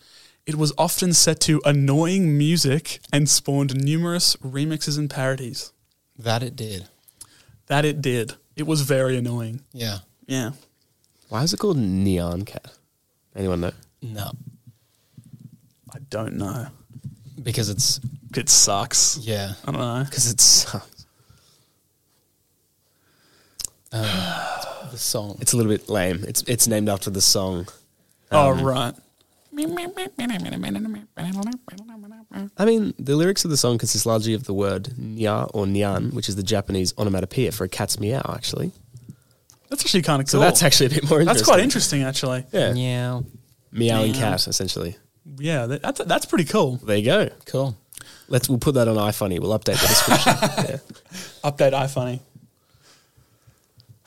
It was often set to annoying music and spawned numerous remixes and parodies.
That it did.
That it did. It was very annoying.
Yeah.
Yeah.
Why is it called Neon Cat? Anyone know?
No.
I don't know.
Because it's
It sucks.
yeah.
I don't know.
Because it sucks.
The song.
It's a little bit lame. It's it's named after the song.
oh, right.
I mean, the lyrics of the song consist largely of the word nya or nyan, which is the Japanese onomatopoeia for a cat's meow, actually.
That's actually kind of
So
cool.
that's actually a bit more interesting.
That's quite interesting, actually.
Yeah.
yeah.
Meowing cat, essentially.
Yeah, that, that's that's pretty cool.
There you go.
Cool.
Let's we'll put that on iFunny. We'll update the description.
Update iFunny.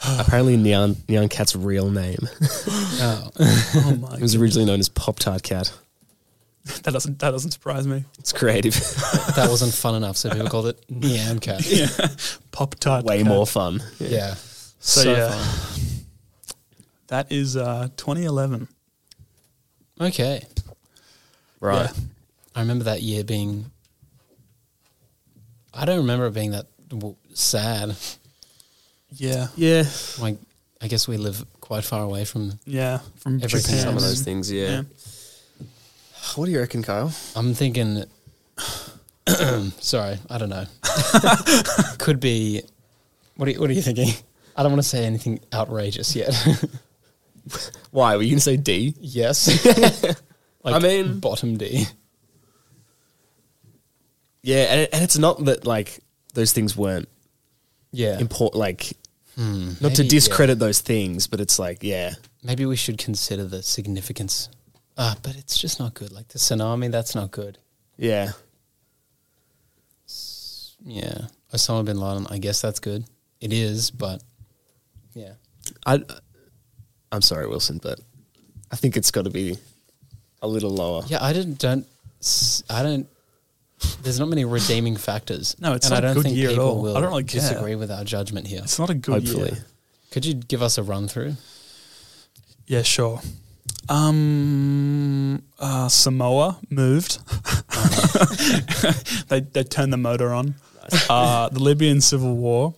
Apparently Nyan Nyan Cat's real name.
Oh.
Oh my,
It was originally known as Pop Tart Cat.
that doesn't that doesn't surprise me.
It's creative.
that wasn't fun enough, so people called it Neon Cat. Yeah.
Pop tart.
Way more fun.
So, yeah,
fun.
that is uh, 2011.
Okay.
Right.
Yeah.
I remember that year being. I don't remember it being that w- sad.
Yeah,
Yeah.
Like, I guess we live quite far away from.
yeah, from
Everything.
Japan.
Some of those things, yeah.
Yeah.
What do you reckon, Kyle?
I'm thinking. sorry, I don't know. Could be. What are you, What are you thinking? I don't want to say anything outrageous yet.
Why? Were you gonna say D?
yes. like
I mean-
bottom D.
Yeah, and, it, and it's not that like those things weren't
Yeah.
important. Like, not to
maybe, yeah.
discredit those things, but it's like, yeah,
Maybe we should consider the significance. Uh, but it's just not good. Like the tsunami, that's not good.
yeah,
Yeah. Osama bin Laden, I guess that's good. It is, but yeah.
I, I'm sorry, Wilson, but I think it's got to be a little lower.
Yeah, I didn't don't s- I don't there's not many redeeming factors.
No, it's
and
not
I
a
don't
good
think
year at
people
all.
will
I don't really care.
disagree with our judgment here.
It's not a good
Hopefully.
year.
Could you give us a run through?
Yeah, sure. Um, uh, Samoa moved. they they turned the motor on. Uh, the Libyan civil war,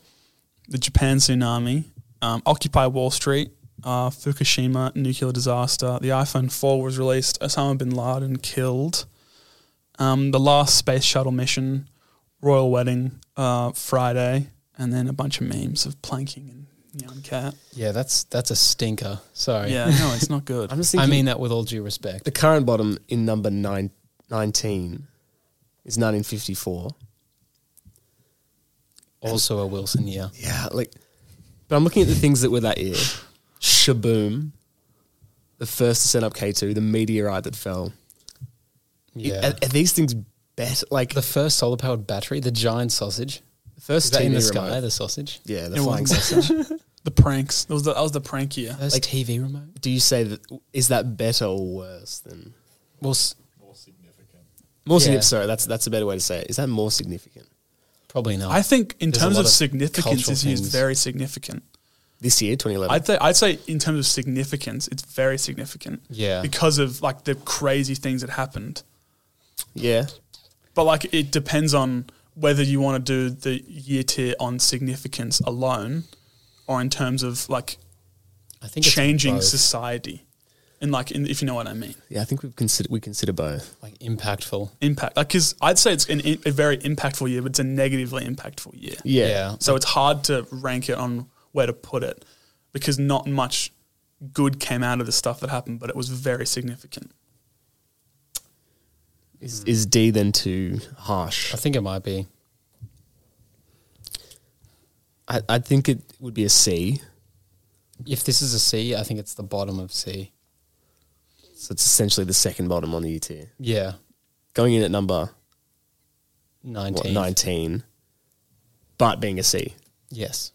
the Japan tsunami, um, Occupy Wall Street, uh, Fukushima nuclear disaster. The iPhone four was released. Osama bin Laden killed. Um, the last space shuttle mission, royal wedding, uh, Friday, and then a bunch of memes of planking and neon cat.
Yeah, that's that's a stinker. Sorry.
Yeah, no, it's not good.
I'm just
I
thinking.
mean that with all due respect.
the current bottom in number nine, 19 is 1954.
Also a Wilson year.
Yeah, like, but I'm looking at the things that were that year. Shaboom, the first to set up K2, the meteorite that fell. It-
Yeah.
are, are these things better? Like
the first solar powered battery, the giant sausage.
the first
Is that in the
TV
sky,
remote.
the sausage?
yeah, the
It
flying.
wasn't.
sausage.
the pranks. That was the, that was the prank year.
First TV remote?
Do you say that is that better or worse than
Well, s-
more
Yeah.
significant? Sorry, that's that's a better way to say it. Is that more significant
probably not.
I think in
There's a
terms
lot
of
of
significance,
cultural
it's used
things.
very significant.
this year, 2011?
I'd say I'd say in terms of significance, it's very significant.
Yeah.
Because of like the crazy things that happened.
yeah,
But like it depends on whether you want to do the year tier on significance alone or in terms of like
I think it's
changing
both,
society. And like in, if you know what I mean.
yeah. I think we consider we consider both.
like impactful.
Impact. Like cuz I'd say it's an, i- a very impactful year, but it's a negatively impactful year.
Yeah,
So it's hard to rank it on where to put it because not much good came out of the stuff that happened, but it was very significant.
Is, is D then too harsh?
I think it might be.
I, I think it would be a C.
If this is a C, I think it's the bottom of C.
So it's essentially the second bottom on the year tier.
Yeah.
Going in at number what,
19.
19, but being a C.
Yes.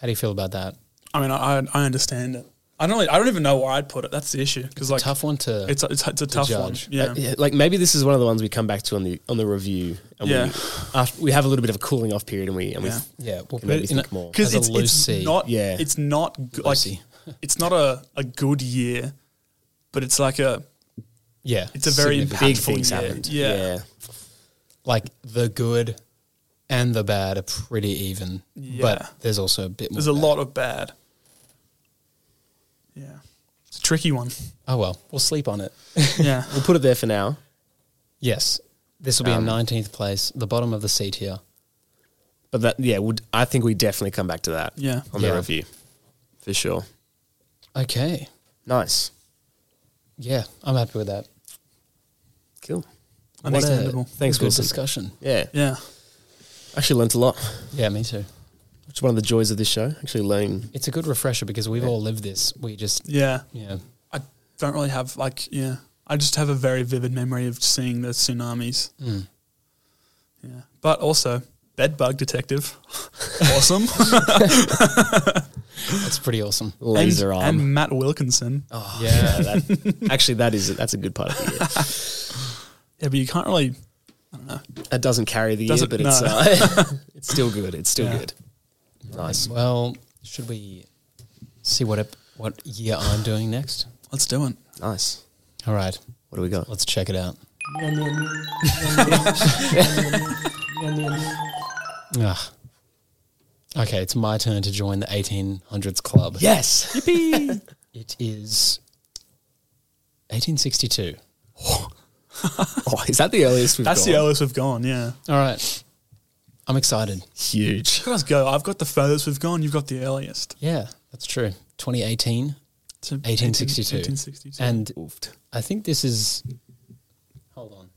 How do you feel about that?
I mean, I, I- I understand it. I don't really, I don't even know where I'd put it. That's the issue because like
Tough one to.
It's a, it's, a- it's a tough one.
judge.
Yeah.
Uh, yeah, like maybe this is one of the ones we come back to on the on the review. And
Yeah.
we, after, we have a little bit of a cooling off period, and we and
Yeah.
we
yeah, we'll
Can
put
maybe
it in a,
think more.
because
as a
it's,
loose
it's
C.
not
Yeah.
it's not g- like
Lucy.
it's not a, a good year, but it's like a
yeah,
it's a very
significant.
impactful
big things
year.
happened.
Yeah.
like the good and the bad are pretty even,
Yeah.
but there's also a bit more.
There's a
bad.
lot of bad. Yeah, it's a tricky one.
Oh well, we'll sleep on it.
yeah,
we'll put it there for now.
Yes, this will be
Um,
in nineteenth place, the bottom of the seat here.
But that yeah, would I think we definitely come back to that.
Yeah.
on the
Yeah.
review for sure.
Okay,
Nice,
yeah, I'm happy with that.
cool.
What a
understandable.
Thanks,
good
Wilson.
discussion.
Yeah,
Yeah,
actually learnt a lot.
Yeah, me too.
Which is one of the joys of this show, actually learning.
It's a good refresher because we've all lived this. We just
yeah.
yeah,
I don't really have like yeah. I just have a very vivid memory of seeing the tsunamis.
Mm.
Yeah, but also bed bug detective, awesome.
that's pretty awesome.
Laser
and,
arm.
and Matt Wilkinson.
oh,
Yeah.
yeah, that, actually, that is that's a good part of the year.
Yeah, but you can't really. I don't know.
It doesn't carry the
Doesn't-
year, but it's
no.
uh, it's still good. It's still
Yeah.
good. Nice.
Well, should we see what ep- what year I'm doing next?
Let's do it.
Nice.
All right,
What do we got?
let's check it out. Ah. Okay, it's my turn to join the 1800s club.
Yes. Yippee.
It is 1862.
oh, is that the earliest we've
That's the
gone?
earliest we've gone. Yeah,
All right. I'm excited.
Huge.
let us go. I've got the furthest we've gone. You've got the earliest.
Yeah, that's true. 2018.
It's a-
1862.
1862.
And
Oofed.
I think this is. Hold on.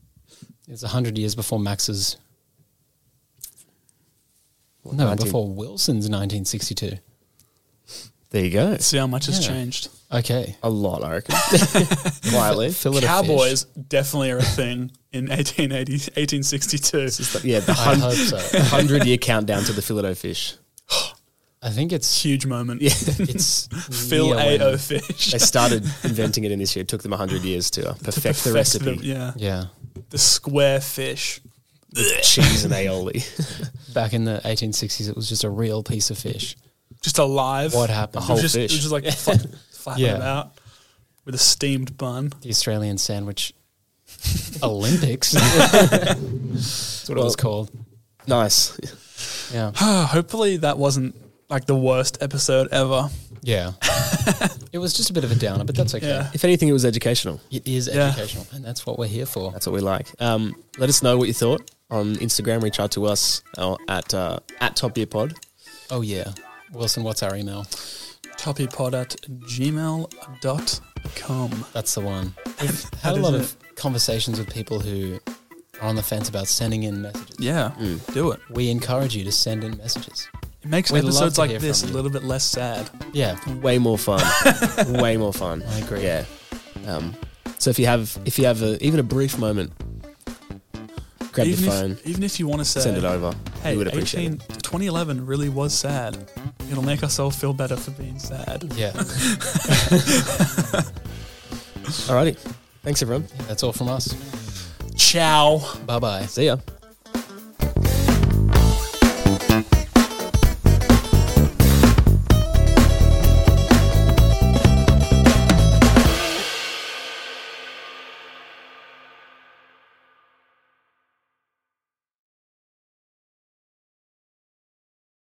It's 100 years before Max's.
What,
no,
19?
before Wilson's 1962.
There you go.
see how much has
Yeah.
changed.
Okay.
A lot, I reckon. Quietly.
Fill it a fish.
Cowboys definitely are a thing in 1880, 1862.
This is the- yeah, the
I
hun-
hope so.
hundred year countdown to the Philadelphia fish.
I think it's
Huge moment.
Yeah.
it's
Phil
near when-
A.O. Fish.
They started inventing it in this year. It took them hundred years to uh, perfect, the
Perfect
recipe.
the- yeah.
Yeah,
The square fish.
Cheese and aioli.
back in the 1860s, it was just a real piece of fish.
Just alive.
What happened?
It was
whole
just, it
fish.
was just like fla- flapping
Yeah.
about with a steamed bun.
The Australian sandwich Olympics. That's what it was called.
Nice.
Yeah,
Ah, Hopefully that wasn't like the worst episode ever.
yeah. it was just a bit of a downer, but that's okay.
Yeah.
If anything, it was educational.
It is
Yeah.
educational, and that's what we're here for.
That's what we like. Um, let us know what you thought on Instagram, reach out to us uh, at uh, at Top Gear Pod.
Oh, yeah. Wilson, what's our email?
Toppypod at gmail.com.
That's the one. We've had a
is
lot
it?
of conversations with people who are on the fence about sending in messages.
Yeah, do it.
We encourage you to send in messages.
It makes
We'd love
episodes
to
like
hear
this a
from you.
little bit less sad.
Yeah.
Way more fun. Way more fun.
I agree.
Yeah. Um, so if you have if you have a, even a brief moment, grab
even
your
if,
phone,
Even if you want to say,
send it over.
hey,
we would appreciate
18,
it.
2011 really was sad. It'll make us all feel better for being sad.
Yeah.
Alrighty. Thanks everyone.
That's all from us.
Ciao.
Bye bye.
See ya.